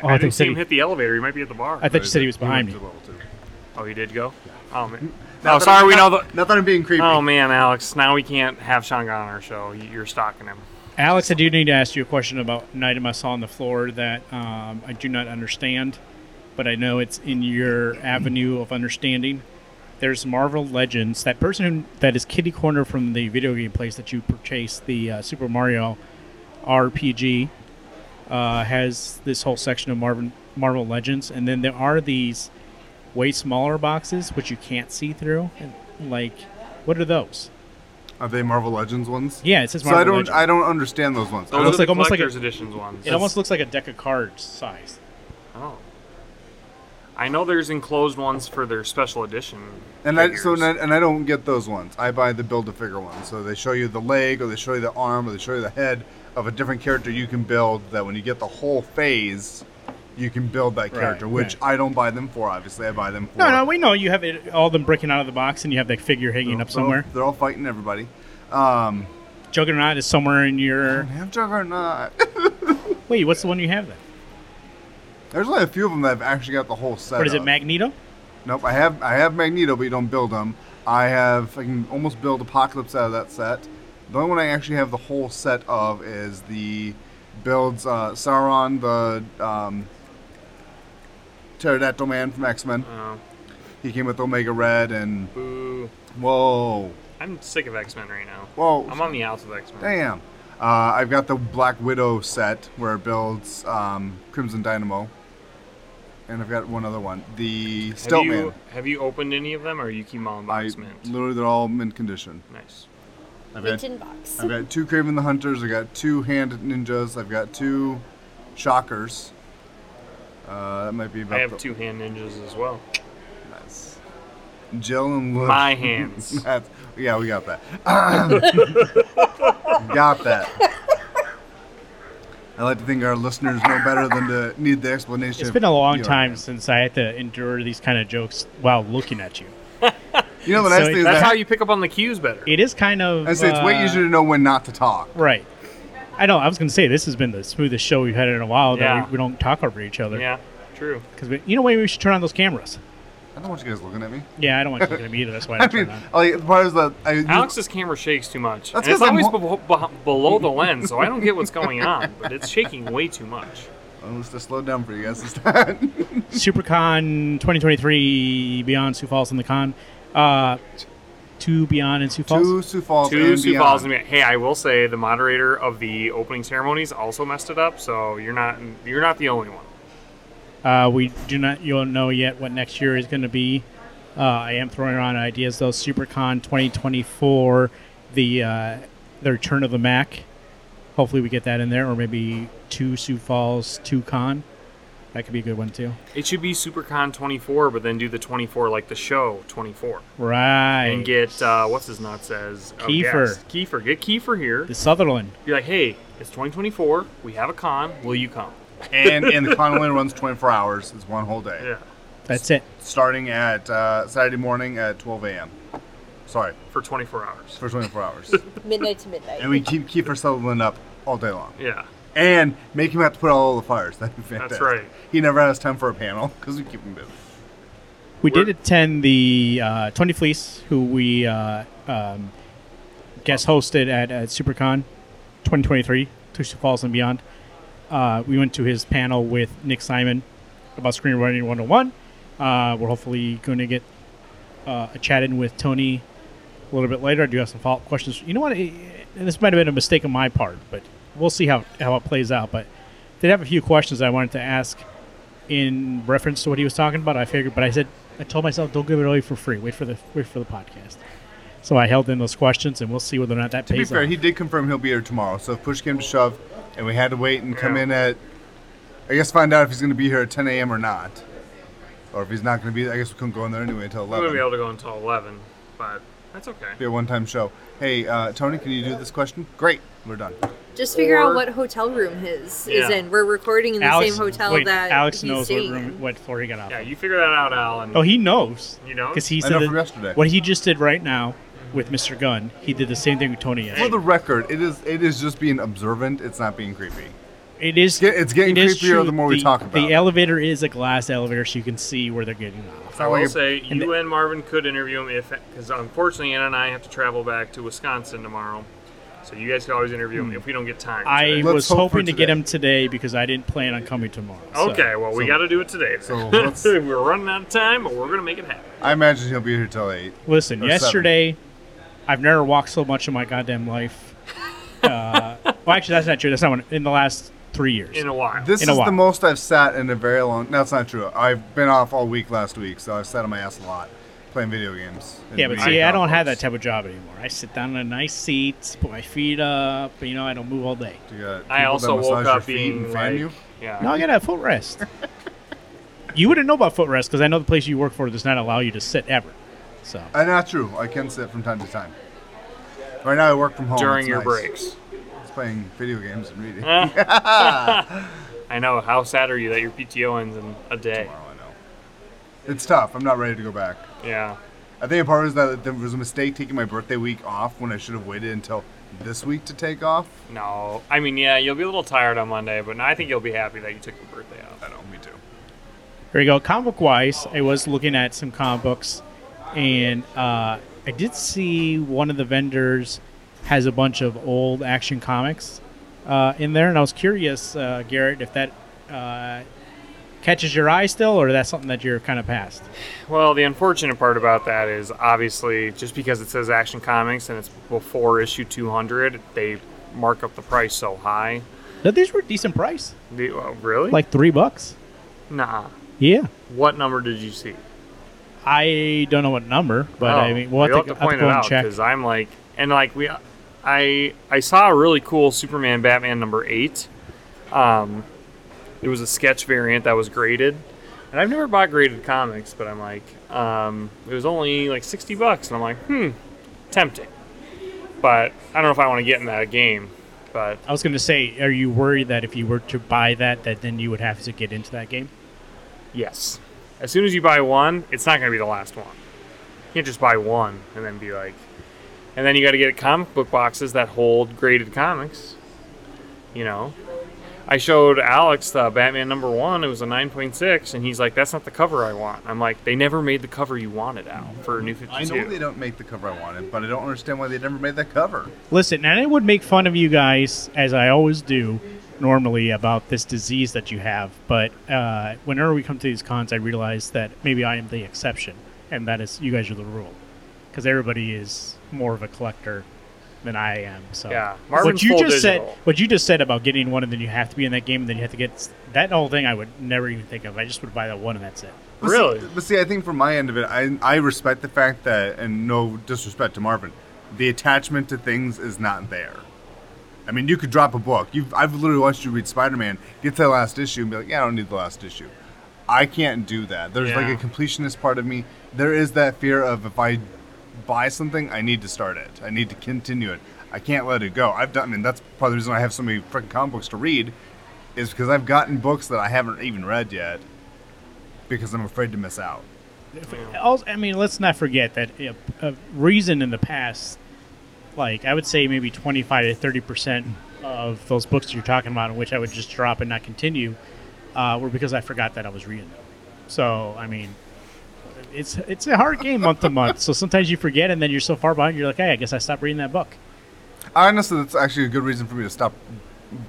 S3: I
S1: I
S3: didn't
S1: think
S3: see him
S1: City-
S3: hit the elevator. He might be at the bar.
S1: I thought you said he was
S2: went
S1: behind me.
S2: to level two.
S3: oh, he did go. Oh man.
S2: Not
S3: Oh,
S2: that
S3: sorry.
S2: I'm-
S3: We know
S2: not-
S3: the.
S2: Not that I'm being creepy.
S3: Oh man, Alex. Now we can't have Sean on our show. You- You're stalking him.
S1: Alex, I do need to ask you a question about an item I saw on the floor that um, I do not understand, but I know it's in your avenue of understanding. There's Marvel Legends. That person who, that is Kitty Corner from the video game place that you purchased the uh, Super Mario RPG uh, has this whole section of Marvel Marvel Legends, and then there are these way smaller boxes which you can't see through. And, like, what are those?
S2: Are they Marvel Legends ones?
S1: Yeah, it says
S2: So
S1: Marvel
S2: I don't.
S1: Legends.
S2: I don't understand those ones. I
S3: Those
S2: don't-
S1: looks
S3: are the
S1: like- almost like a-
S3: collector's editions ones.
S1: it almost looks like a deck of cards size.
S3: Oh. I know there's enclosed ones for their special edition.
S2: And I, so
S3: figures.
S2: and I, and I don't get those ones. I buy the build a figure ones. So they show you the leg, or they show you the arm, or they show you the head of a different character you can build. That when you get the whole phase, you can build that character. which
S1: right.
S2: I don't buy them for. Obviously, I buy them for.
S1: No, no, we know you have it, all them breaking out of the box, and you have that figure hanging up
S2: They're all-
S1: somewhere.
S2: They're all fighting everybody. Um,
S1: Juggernaut is somewhere in your.
S2: have Juggernaut.
S1: Wait, what's the one you have then?
S2: There's only a few of them that have actually got the whole set.
S1: What is it,
S2: up.
S1: Magneto?
S2: Nope, I have I have Magneto, but you don't build him. I have I can almost build Apocalypse out of that set. The only one I actually have the whole set of is the builds uh, Sauron, the um, pterodactyl man from X Men.
S3: Oh,
S2: He came with Omega Red and
S3: boo.
S2: whoa,
S3: I'm sick of X Men right now.
S2: Whoa.
S3: I'm on the outs of X Men.
S2: Damn. Uh, I've got the Black Widow set where it builds um, Crimson Dynamo, and I've got one other one, the
S3: Have
S2: Stiltman.
S3: you, have you opened any of them, or you keep on
S2: I
S3: X Men?
S2: literally they're all mint condition.
S3: Nice.
S2: I've got,
S5: Mint in box.
S2: I've got two Craven the Hunters. I've got two Hand Ninjas. I've got two Shockers. Uh, that might be about
S3: I have
S2: the-
S3: two hand ninjas as well.
S2: Nice. Jill and Luke.
S3: My hands.
S2: That's- yeah, we got that. got that. I like to think our listeners know better than to need the explanation.
S1: It's
S2: of
S1: been a long
S2: your-
S1: time since I had to endure these kind of jokes while looking at you.
S2: You know the
S1: So
S2: nice thing is
S3: That's
S2: that-
S3: how you pick up on the cues better.
S1: It is kind of.
S2: I say it's way
S1: uh,
S2: easier to know when not to talk.
S1: Right. I know. I was going to say this has been the smoothest show we've had in a while.
S3: Yeah.
S1: That we, we don't talk over each other.
S3: Yeah, true.
S1: Because you know, maybe we should turn on those cameras.
S2: I don't want you guys looking at me.
S1: Yeah, I don't want you looking at me either. That's why I
S2: I
S1: don't turn
S2: mean,
S1: it on.
S2: like, the part is that I,
S3: Alex's camera shakes too much.
S2: That's
S3: and it's
S2: 'cause I'm
S3: always
S2: ho-
S3: be- be- below the lens, so I don't get what's going on, but it's shaking way too much.
S2: I must have slowed down for you guys this time.
S1: SuperCon 2023 Beyond Sioux Falls and the Con. Uh, two Beyond and Sioux Falls.
S2: Two Sioux Falls
S3: Two
S2: and
S3: Sioux
S2: beyond.
S3: Falls and Hey, I will say the moderator of the opening ceremonies also messed it up, so you're not you're not the only one.
S1: Uh, we do not you don't know yet what next year is going to be. Uh, I am throwing around ideas though. SuperCon 2024, the uh, the return of the Mac. Hopefully we get that in there, or maybe two Sioux Falls, two Con. That could be a good one too.
S3: It should be SuperCon 24, but then do the 24 like the show 24,
S1: Right.
S3: and get uh, what's his nuts as a
S1: Kiefer.
S3: guest. Kiefer, get Kiefer here.
S1: the Sutherland.
S3: Be like, hey, it's 2024. We have a con. Will you come?
S2: and, and the con only runs 24 hours. It's one whole day.
S3: Yeah,
S1: That's it.
S2: Starting at uh, Saturday morning at 12 a.m. Sorry,
S3: for 24 hours.
S2: for 24 hours.
S5: Midnight to midnight.
S2: and we keep keep our Sutherland up all day long.
S3: Yeah.
S2: And make him have to put out all the fires. That'd be fantastic.
S3: right.
S2: He never has time for a panel because we keep him busy.
S1: We
S3: We're-
S1: did attend the uh, Tony Fleece, who we uh, um, guest hosted at, at SuperCon 2023, Sioux Falls and Beyond. Uh, we went to his panel with Nick Simon about screenwriting 101. Uh, we're hopefully going to get uh, a chat in with Tony a little bit later. I do have some follow up questions. You know what? eh, And this might have been a mistake on my part, but we'll see how, how it plays out. But did have a few questions I wanted to ask in reference to what he was talking about. I figured, but I said I told myself don't give it away for free. Wait for the wait for the podcast. So I held in those questions, and we'll see whether or not that
S2: To be
S1: pays
S2: fair,
S1: off.
S2: he did confirm he'll be here tomorrow. So if push came to shove, and we had to wait and come
S3: Yeah.
S2: in at, I guess find out if he's going to be here at 10 a.m. or not, or if he's not going to be. I guess we couldn't go in there anyway until
S3: I'm
S2: 11.
S3: gonna be able to go until 11, but that's okay.
S2: be a one-time show. Hey, uh, Tony, can you do this question? Great, we're done.
S4: Just figure
S3: Or-
S4: out what hotel room his
S3: Yeah.
S4: is in. We're recording in the
S1: Alex,
S4: same hotel
S1: wait,
S4: that
S1: Alex
S4: he's
S1: knows what
S4: staying
S1: room
S4: in.
S1: what floor he got off.
S3: Yeah,
S1: of.
S3: you figure that out, Alan.
S1: Oh, he knows
S3: you know,
S1: because he
S2: I
S1: said
S2: know
S1: that
S2: from yesterday.
S1: what he just did right now with Mr. Gunn. He did the same thing with Tony.
S2: For
S1: yesterday.
S2: the record, it is it is just being observant. It's not being creepy.
S1: It is.
S2: get- it's getting
S1: it is
S2: creepier the more we talk about it.
S1: The elevator is a glass elevator, so you can see where they're getting off.
S3: I
S2: Well,
S3: will
S2: you-
S3: say you
S1: and the-
S3: and Marvin could interview him if, because unfortunately Anna and I have to travel back to Wisconsin tomorrow, so you guys could always interview
S2: Hmm.
S3: him if we don't get time.
S1: I
S3: today.
S2: Let's
S1: was
S2: hope for
S1: hoping to get
S2: today.
S1: him today because I didn't plan on coming tomorrow. so-
S3: okay, well we
S2: so-
S3: got to do it today.
S2: so
S3: So
S2: let's-
S3: we're running out of time, but we're gonna make it happen.
S2: I imagine he'll be here till eight.
S1: Listen,
S2: Or
S1: yesterday, I've never walked so much in my goddamn life. Uh, well, actually, that's not true. That's not what, in the last three years.
S3: In a while,
S2: This
S1: In a
S2: is
S1: while.
S2: the most I've sat in a very long. That's not true. I've been off all week last week, so I've sat on my ass a lot playing video games. and
S1: yeah, but
S2: reading
S1: see, I don't have that
S2: comics.
S1: type of job anymore. I sit down in a nice seat, put my feet up. You know, I don't move all day.
S2: You got uh, people
S3: I
S2: that
S3: also
S2: massage
S3: woke
S2: your
S3: up
S2: feet
S3: being
S2: and fan
S3: like,
S2: you.
S3: yeah,
S1: No, I got a foot rest. you wouldn't know about foot rest because I know the place you work for does not allow you to sit ever. So
S2: Uh, not true. I can sit from time to time. Right now, I work from home
S3: during
S2: It's
S3: your
S2: nice.
S3: breaks. Uh.
S2: It's playing video games and reading.
S3: I know. How sad are you that your PTO ends in a day?
S2: Tomorrow, I know. It's tough. I'm not ready to go back.
S3: Yeah,
S2: I think a part is that there was a mistake taking my birthday week off when I should have waited until this week to take off.
S3: no. I mean, yeah, you'll be a little tired on Monday, but I think you'll be happy that you took your birthday off.
S2: I know, me too.
S1: Here we go. Comic book wise, I was looking at some comic books, and uh, I did see one of the vendors has a bunch of old action comics uh, in there, and I was curious, uh, Garrett, if that uh, catches your eye still, or that's something that you're kind of past?
S3: Well, the unfortunate part about that is obviously just because it says Action Comics and it's before issue 200, they mark up the price so high.
S1: No, these were decent price,
S3: The, oh, really?
S1: like three bucks.
S3: nah.
S1: Yeah,
S3: What number did you see?
S1: I don't know what number, but
S3: Oh,
S1: I mean, we'll have
S3: you'll
S1: to,
S3: have
S1: I'll
S3: point
S1: go
S3: it
S1: and
S3: out
S1: check.
S3: because I'm like, and like we, I I saw a really cool Superman Batman number eight. Um, it was a sketch variant that was graded, and I've never bought graded comics, but I'm like, um, it was only like sixty bucks, and I'm like, hmm, tempting, but I don't know if I want to get in that game, but
S1: I was going to say, are you worried that if you were to buy that, that then you would have to get into that game?
S3: Yes. As soon as you buy one, it's not going to be the last one. You can't just buy one and then be like, and then you got to get comic book boxes that hold graded comics. You know, I showed Alex the Batman number one. It was a nine point six, and he's like, "That's not the cover I want." I'm like, "They never made the cover you wanted out for New 52."
S2: I know they don't make the cover I wanted, but I don't understand why they never made that cover.
S1: Listen, and I would make fun of you guys as I always do normally about this disease that you have, but uh, whenever we come to these cons, I realize that maybe I am the exception, and that is you guys are the rule, because everybody is more of a collector than I am. So
S3: Yeah, Marvin's
S1: what you
S3: full
S1: just
S3: digital.
S1: said, what you just said about getting one, and then you have to be in that game, and then you have to get that whole thing. I would never even think of. I just would buy that one, and that's it.
S2: But
S3: Really?
S2: See, but see, I think from my end of it, I, I respect the fact that, and no disrespect to Marvin, the attachment to things is not there. I mean, you could drop a book. You've, I've literally watched you read Spider Man, get to the last issue, and be like, yeah, I don't need the last issue. I can't do that. There's
S3: Yeah.
S2: like a completionist part of me. There is that fear of if I buy something, I need to start it. I need to continue it. I can't let it go. I've done, I mean, that's part of the reason I have so many freaking comic books to read, is because I've gotten books that I haven't even read yet because I'm afraid to miss out.
S1: also, I mean, let's not forget that you know, a reason in the past, like I would say maybe 25 to 30 percent of those books you're talking about, in which I would just drop and not continue, uh, were because I forgot that I was reading them. So I mean, it's it's a hard game month to month. So sometimes you forget, and then you're so far behind, you're like, hey, I guess I stopped reading that book.
S2: Honestly, that's actually a good reason for me to stop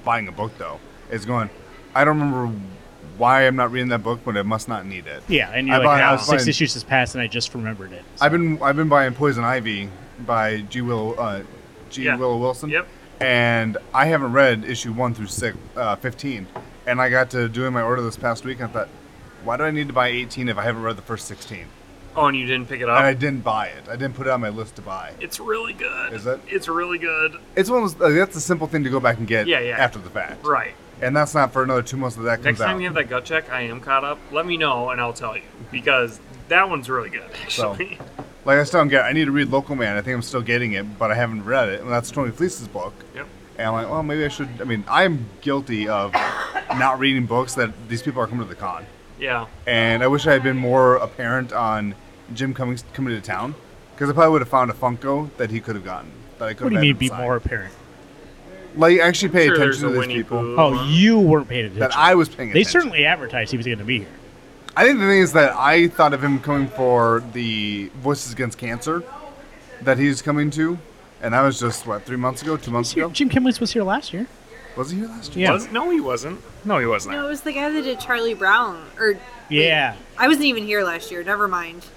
S2: buying a book, though. Is going, I don't remember why I'm not reading that book, but I must not need it.
S1: Yeah, and you're
S2: I
S1: like,
S2: bought- I
S1: now
S2: was
S1: six
S2: buying-
S1: issues has passed, and I just remembered it. So-
S2: I've been I've been buying Poison Ivy by G Willow uh, G
S3: Yeah.
S2: Willow Wilson.
S3: Yep.
S2: And I haven't read issue one through six, uh, 15. and I got to doing my order this past week, and I thought, why do I need to buy 18 if I haven't read the first 16?
S3: Oh, and you didn't pick it
S2: And I
S3: up.
S2: didn't buy it. I didn't put it on my list to buy.
S3: It's really good.
S2: Is it?
S3: It's really good.
S2: It's one of those, uh, that's a simple thing to go back and get
S3: Yeah, yeah.
S2: after the fact.
S3: Right.
S2: And that's not for another two months that that comes
S3: Next time
S2: out.
S3: you have that gut check, I am caught up. Let me know and I'll tell you because that one's really good actually.
S2: like I still don't get. I need to read Local Man. I think I'm still getting it, but I haven't read it. And that's Tony Fleece's book.
S3: Yep.
S2: And I'm like, well, maybe I should. I mean, I'm guilty of not reading books that these people are coming to the con.
S3: Yeah.
S2: And I wish I had been more apparent on Jim Cummings coming to town, because I probably would have found a Funko that he could have gotten. That I could
S1: what do you
S2: have
S1: mean
S2: had
S1: be
S2: inside.
S1: more apparent?
S2: Like actually pay
S3: Sure, there's
S2: attention
S3: a
S2: to these
S3: Winnie
S2: people
S3: Pooh.
S1: Oh, you weren't paying attention.
S2: that I was paying
S1: they
S2: attention.
S1: certainly advertised he was going to be here.
S2: I think the thing is that I thought of him coming for the Voices Against Cancer that he's coming to, and that was just what three months ago, two months ago.
S1: Jim Kimlins was here last year.
S2: Was he here last year?
S1: Yeah.
S3: Was no, he wasn't. No, he wasn't.
S4: No, it was the guy that did Charlie Brown. Or
S1: Yeah.
S4: I wasn't even here last year. Never mind.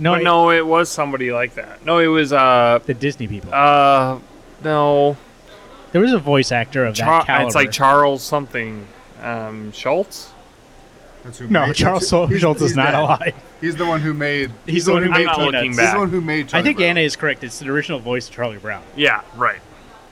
S1: No,
S3: But no, it was somebody like that. No, it was uh
S1: the Disney people.
S3: uh no.
S1: There was a voice actor of
S3: Char-
S1: that caliber.
S3: it's like Charles something um Schultz.
S2: That's who
S1: no,
S2: made-
S1: Charles
S2: that's who-
S1: Schultz
S2: he's-
S1: is
S2: he's
S1: not
S2: dead.
S1: alive.
S2: He's the one who made.
S1: He's the one who
S3: I'm
S1: made
S3: not
S1: Peanuts.
S3: looking
S2: He's
S3: back.
S2: the one who made.
S1: I
S2: Charlie
S1: think
S2: Brown.
S1: Anna is correct. It's the original voice of Charlie Brown,
S3: Yeah, right.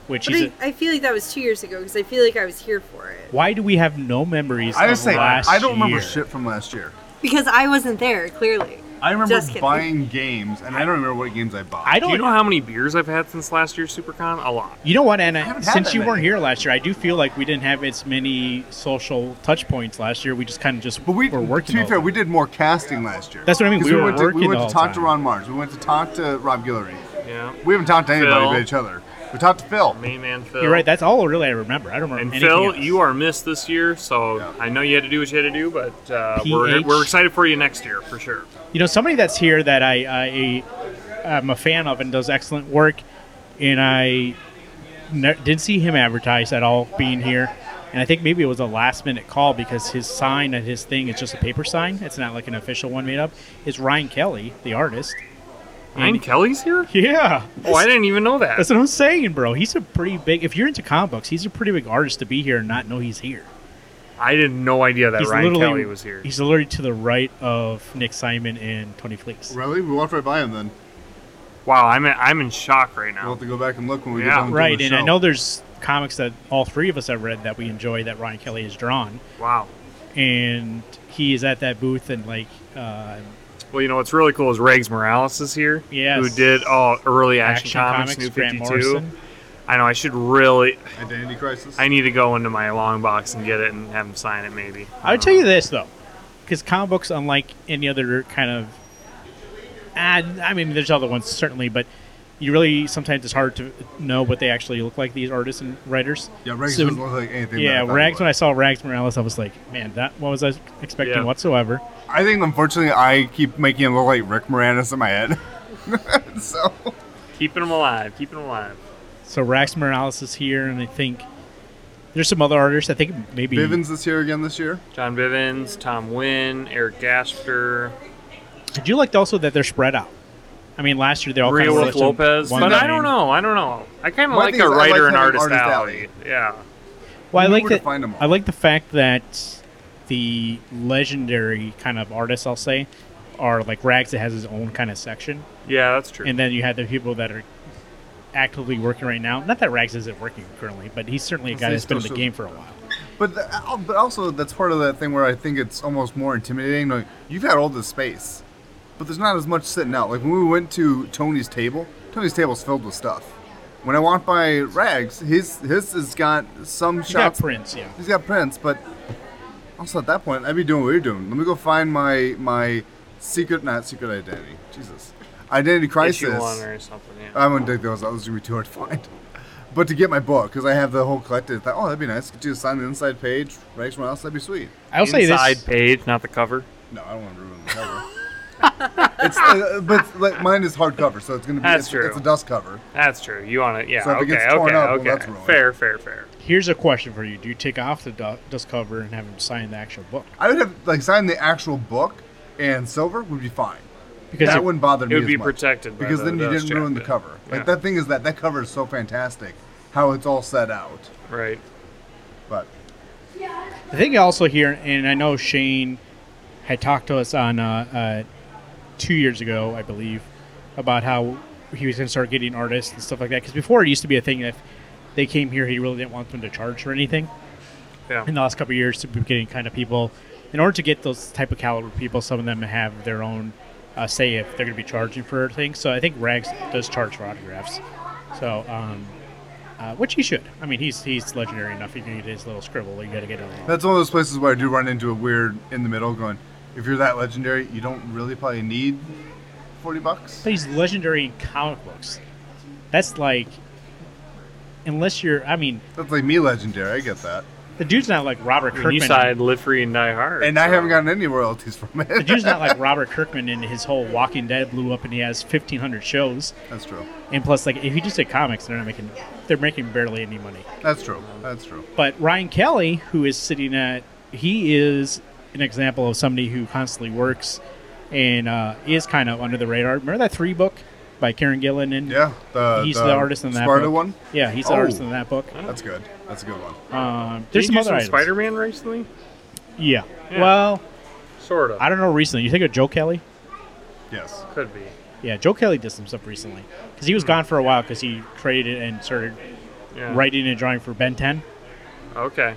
S1: which
S4: But
S1: is.
S4: I, I feel like that was two years ago because I feel like I was here for it
S1: why do we have no memories
S2: I
S1: of
S2: was saying,
S1: last
S2: I don't remember
S1: year?
S2: shit from last year.
S4: because I wasn't there. Clearly,
S2: I remember
S4: Just kidding.
S2: buying games, and I don't remember what games I bought.
S1: I
S3: Do
S1: don't. e
S3: you know how many beers I've had since last year's SuperCon? A lot.
S1: You know what,
S2: haven't
S1: Anna?
S2: had
S1: Since
S2: that
S1: you
S2: many.
S1: weren't here last year, I do feel like we didn't have as many social touch points last year. We just kind of just
S2: but we,
S1: were working.
S2: to be
S1: all
S2: fair,
S1: the-
S2: we did more casting last year.
S1: That's what I mean,
S2: 'Cause
S1: we were
S2: went to,
S1: working
S2: We went
S1: the
S2: to
S1: whole
S2: talk to
S1: time.
S2: Ron Mars. We went to talk to Rob Guillory.
S3: Yeah.
S2: We haven't talked to anybody
S3: Phil.
S2: but each other. We talked to Phil.
S3: Main man Phil.
S1: You're right. That's all really I remember. I don't remember
S3: And
S1: anything
S3: Phil,
S1: else.
S3: you are missed this year, so
S2: Yeah.
S3: I know you had to do what you had to do, but uh, we're,
S1: PH.
S3: we're excited for you next year for sure.
S1: you know somebody that's here that I, I I'm a fan of and does excellent work, and I ne- didn't see him advertised at all being here. And I think maybe it was a last minute call because his sign and his thing is just a paper sign. It's not like an official one made up. Is Ryan Kelly, the artist.
S3: Ryan Kelly's here?
S1: Yeah.
S3: Oh, I didn't even know that.
S1: That's what I'm saying, bro. He's a pretty big. If you're into comic books, he's a pretty big artist to be here and not know he's here.
S3: I had no idea that
S1: he's
S3: Ryan Kelly was here.
S1: He's literally to the right of Nick Simon and Tony Fleeks.
S2: Really? We walked right by him then.
S3: Wow, I'm in, I'm in shock right
S2: We'll
S3: now.
S2: have to go back and look when we
S3: Yeah.
S2: get done. doing
S1: Right,
S2: the
S1: and I
S2: show.
S1: know there's comics that all three of us have read that we enjoy that Ryan Kelly has drawn,
S3: Wow.
S1: and he is at that booth and like, uh,
S3: Well, you know what's really cool is Rags Morales is here.
S1: Yes.
S3: Who did all early action,
S1: Action
S3: comics,
S1: Comics,
S3: New
S1: Grant
S3: 52.
S1: Morrison.
S3: I know I should really
S2: Identity crisis.
S3: I need to go into my long box and get it and have him sign it maybe.
S1: I would tell you this though, because comic books, unlike any other kind of, and I mean, there's other ones certainly, but you really sometimes it's hard to know what they actually look like. These artists and writers.
S2: yeah, Rags
S1: So-
S2: doesn't look like anything.
S1: yeah,
S2: that I thought
S1: Rags.
S2: it
S1: When I
S2: was.
S1: saw Rags Morales, I was like, man, that what was I expecting
S3: Yeah.
S1: whatsoever?
S2: I think unfortunately I keep making him look like Rick Moranis in my head. so
S3: Keeping him alive, keeping him alive.
S1: So Rags Morales is here, and I think there's some other artists. I think maybe
S2: Bivens is here again this year.
S3: John Bivens, Tom Wynn, Eric Gaster,
S1: I do like also that they're spread out. I mean, last year they all
S3: Maria
S1: kind
S3: Wolf
S1: of
S3: Lopez. But I don't know. I don't know. I kind of
S2: My
S3: like
S2: thing
S3: a
S2: is I like
S3: writer and
S2: having
S3: artist,
S2: artist
S3: alley.
S2: alley.
S3: Yeah.
S1: Well, I
S2: You knew
S1: like
S2: where to
S1: that.
S2: find 'em all.
S1: I like the fact that the legendary kind of artists, I'll say, are like Rags that has his own kind of section,
S3: Yeah, that's true.
S1: and then you have the people that are actively working right now. Not that Rags isn't working currently, but he's certainly a guy
S2: he
S1: that's been in the
S2: still
S1: game for a while.
S2: But the, al- but also that's part of that thing where I think it's almost more intimidating. Like you've had all this space, but there's not as much sitting out. Like when we went to Tony's table, Tony's table's filled with stuff. When I walked by Rags, his his has got some
S1: He got
S2: shots.
S1: prints, yeah.
S2: He's got prints, but also at that point, I'd be doing what you're doing. Let me go find my my secret, not secret identity. Jesus, identity
S3: Issue one
S2: crisis.
S3: or something. Yeah.
S2: I wouldn't dig those. out. Those would be too hard to find. But to get my book, because I have the whole collected. Thought, oh, that'd be nice. Could you sign the inside page? Write someone else. That'd be sweet.
S1: I'll say
S3: Inside
S1: this.
S3: page, not the cover.
S2: No, I don't want to ruin the cover. it's uh, but like mine is hardcover, so it's gonna be
S3: That's
S2: it's,
S3: true.
S2: it's a dust cover.
S3: That's true. You want to? Yeah.
S2: So if it
S3: okay.
S2: gets torn
S3: Okay.
S2: up, well,
S3: okay.
S2: that's ruined.
S3: fair. Fair. Fair.
S1: Here's a question for you: Do you take off the du- dust cover and have him sign the actual book?
S2: I would have like signed the actual book, and silver would be fine.
S1: Because
S2: that
S1: it-
S2: wouldn't bother me.
S3: It would
S2: as
S3: be
S2: much.
S3: protected by
S2: because
S3: the
S2: then you
S3: dust
S2: didn't ruin the
S3: jacket.
S2: cover. Like
S3: Yeah.
S2: that thing is that that cover is so fantastic, how it's all set out.
S3: Right.
S2: But
S1: I think also here, and I know Shane had talked to us on uh, uh, two years ago, I believe, about how he was going to start getting artists and stuff like that. Because before it used to be a thing if they came here, he really didn't want them to charge for anything.
S3: Yeah.
S1: In the last couple of years, to be getting kind of people, in order to get those type of caliber people, some of them have their own uh, say if they're going to be charging for things. So I think Rags does charge for autographs. So. Um, uh, which he should. I mean, he's he's legendary enough. You can get his little scribble. You got to get it. all.
S2: that's one of those places where I do run into a weird in the middle going, if you're that legendary, you don't really probably need forty bucks.
S1: But he's legendary in comic books. That's like, unless you're, I mean,
S2: That's like me legendary, I get that.
S1: the dude's not like Robert
S3: And you
S1: Kirkman.
S3: side live free and die hard.
S2: And I
S3: so-
S2: haven't gotten any royalties from
S1: The
S2: it.
S1: dude's not like Robert Kirkman and his whole Walking Dead blew up and he has 1,500 shows.
S2: That's true.
S1: And plus, like, if you just did comics, they're not making, they're making barely any money.
S2: That's true. That's true.
S1: But Ryan Kelly, who is sitting at, he is an example of somebody who constantly works and uh, is kind of under the radar. Remember that three book by Karen Gillan? And
S2: Yeah. The,
S1: He's the, artist in that
S2: Sparta
S1: book.
S2: one?
S1: Yeah, he's the
S2: Oh.
S1: artist in that book.
S2: That's good. That's a good one.
S1: Um,
S3: Did
S1: there's
S3: you
S1: some
S3: do
S1: other
S3: some
S1: items.
S3: Spider-Man recently?
S1: Yeah.
S3: Yeah.
S1: Well,
S3: Sort of.
S1: I don't know recently. You think of Joe Kelly?
S2: Yes.
S3: Could be.
S1: Yeah, Joe Kelly did some stuff recently because
S3: Hmm.
S1: he was gone for a while because he created and started
S3: Yeah.
S1: writing and drawing for Ben 10,
S3: Okay.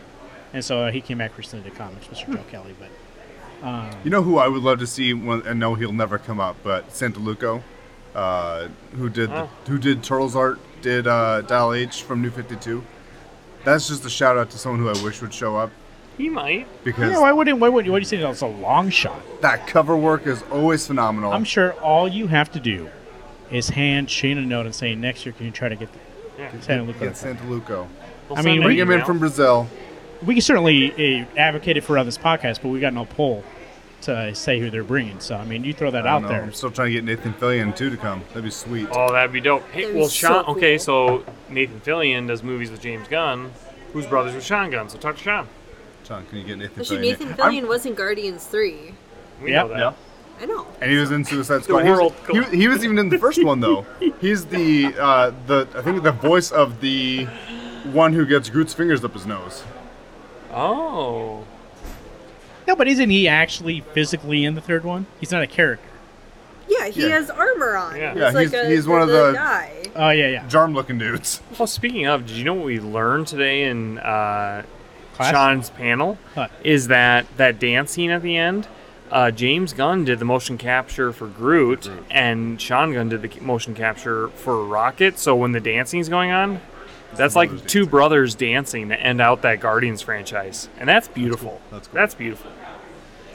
S1: and so uh, he came back recently to comics, Mr. Joe Kelly. But
S2: You know who I would love to see, when, and no, he'll never come up, but Santaluco, uh, who did
S3: Oh.
S2: the, who did Turtles art, did uh, Dial H from New Fifty Two. That's just a shout out to someone who I wish would show up
S3: He might.
S2: because
S1: yeah, why wouldn't? Why would? What do you say? That's a long shot.
S2: that cover work is always phenomenal.
S1: I'm sure all you have to do is hand Shane a note and say, next year, can you try to get the
S3: Yeah.
S1: Santa Luca?
S2: Get Santaluco.
S3: We'll
S1: I mean,
S3: send
S1: we
S2: Bring
S3: an
S2: him in
S3: email.
S2: from Brazil.
S1: we can certainly uh, advocate it for on this podcast, but we got no poll to say who they're bringing. So I mean, you throw that
S2: I
S1: out
S2: don't know,
S1: there.
S2: I'm still trying to get Nathan Fillion too to come. That'd be sweet.
S3: Oh, that'd be dope. Hey,
S4: That'd
S3: well,
S4: be
S3: Sean.
S4: so
S3: Okay, so
S4: cool.
S3: Nathan Fillion does movies with James Gunn. whose brothers with shotguns. So talk to Sean.
S2: Sean, can you get Nathan?
S4: But shoot,
S2: Fillion?
S4: Nathan
S2: I'm-
S4: Fillion was in Guardians 3.
S3: We
S1: Yep.
S3: know that.
S2: Yeah.
S4: I know.
S2: And he was in Suicide Squad. He
S3: world
S2: was, he, he was even in the first one though. He's the uh, the I think the voice of the one who gets Groot's fingers up his nose.
S3: Oh.
S1: No, but isn't he actually physically in the third one? He's not a character.
S4: Yeah, he
S2: Yeah.
S4: has armor on.
S3: Yeah.
S4: He's
S2: Yeah,
S4: like
S2: he's-
S4: a,
S2: he's one of
S4: the
S2: the-
S4: guy.
S1: Oh yeah, yeah.
S2: Jarm looking dudes.
S3: Well, speaking of, did you know what we learned today in uh,
S1: Class?
S3: Sean's panel?
S1: What?
S3: Is that that dance scene at the end? Uh, James Gunn did the motion capture for Groot, and Sean Gunn did the ca- motion capture for Rocket. So when the dancing's going on, that's like
S2: brothers
S3: two
S2: dancing.
S3: brothers dancing to end out that Guardians franchise, and that's beautiful.
S2: That's cool.
S3: beautiful.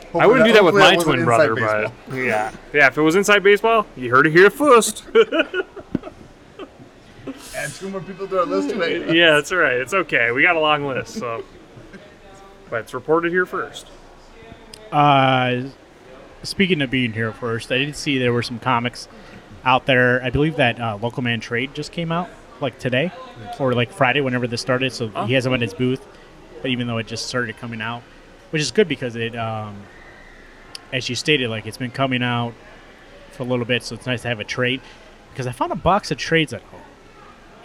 S2: Hopefully
S3: I wouldn't do that with
S2: hopefully
S3: my
S2: wasn't
S3: twin
S2: inside
S3: brother,
S2: baseball.
S3: but yeah, yeah. If it was inside baseball, you heard it here first.
S2: Add two more people to our list tonight.
S3: yeah, that's all right. It's okay. We got a long list, so. But it's reported here first.
S1: Uh, speaking of being here first, I did see there were some comics out there. I believe that uh, Local Man Trade just came out like today or like Friday, whenever this started. So
S3: Oh.
S1: he has them at his booth, but even though it just started coming out, which is good because it, um, as you stated, like it's been coming out for a little bit, so it's nice to have a trade. Because I found a box of trades at home,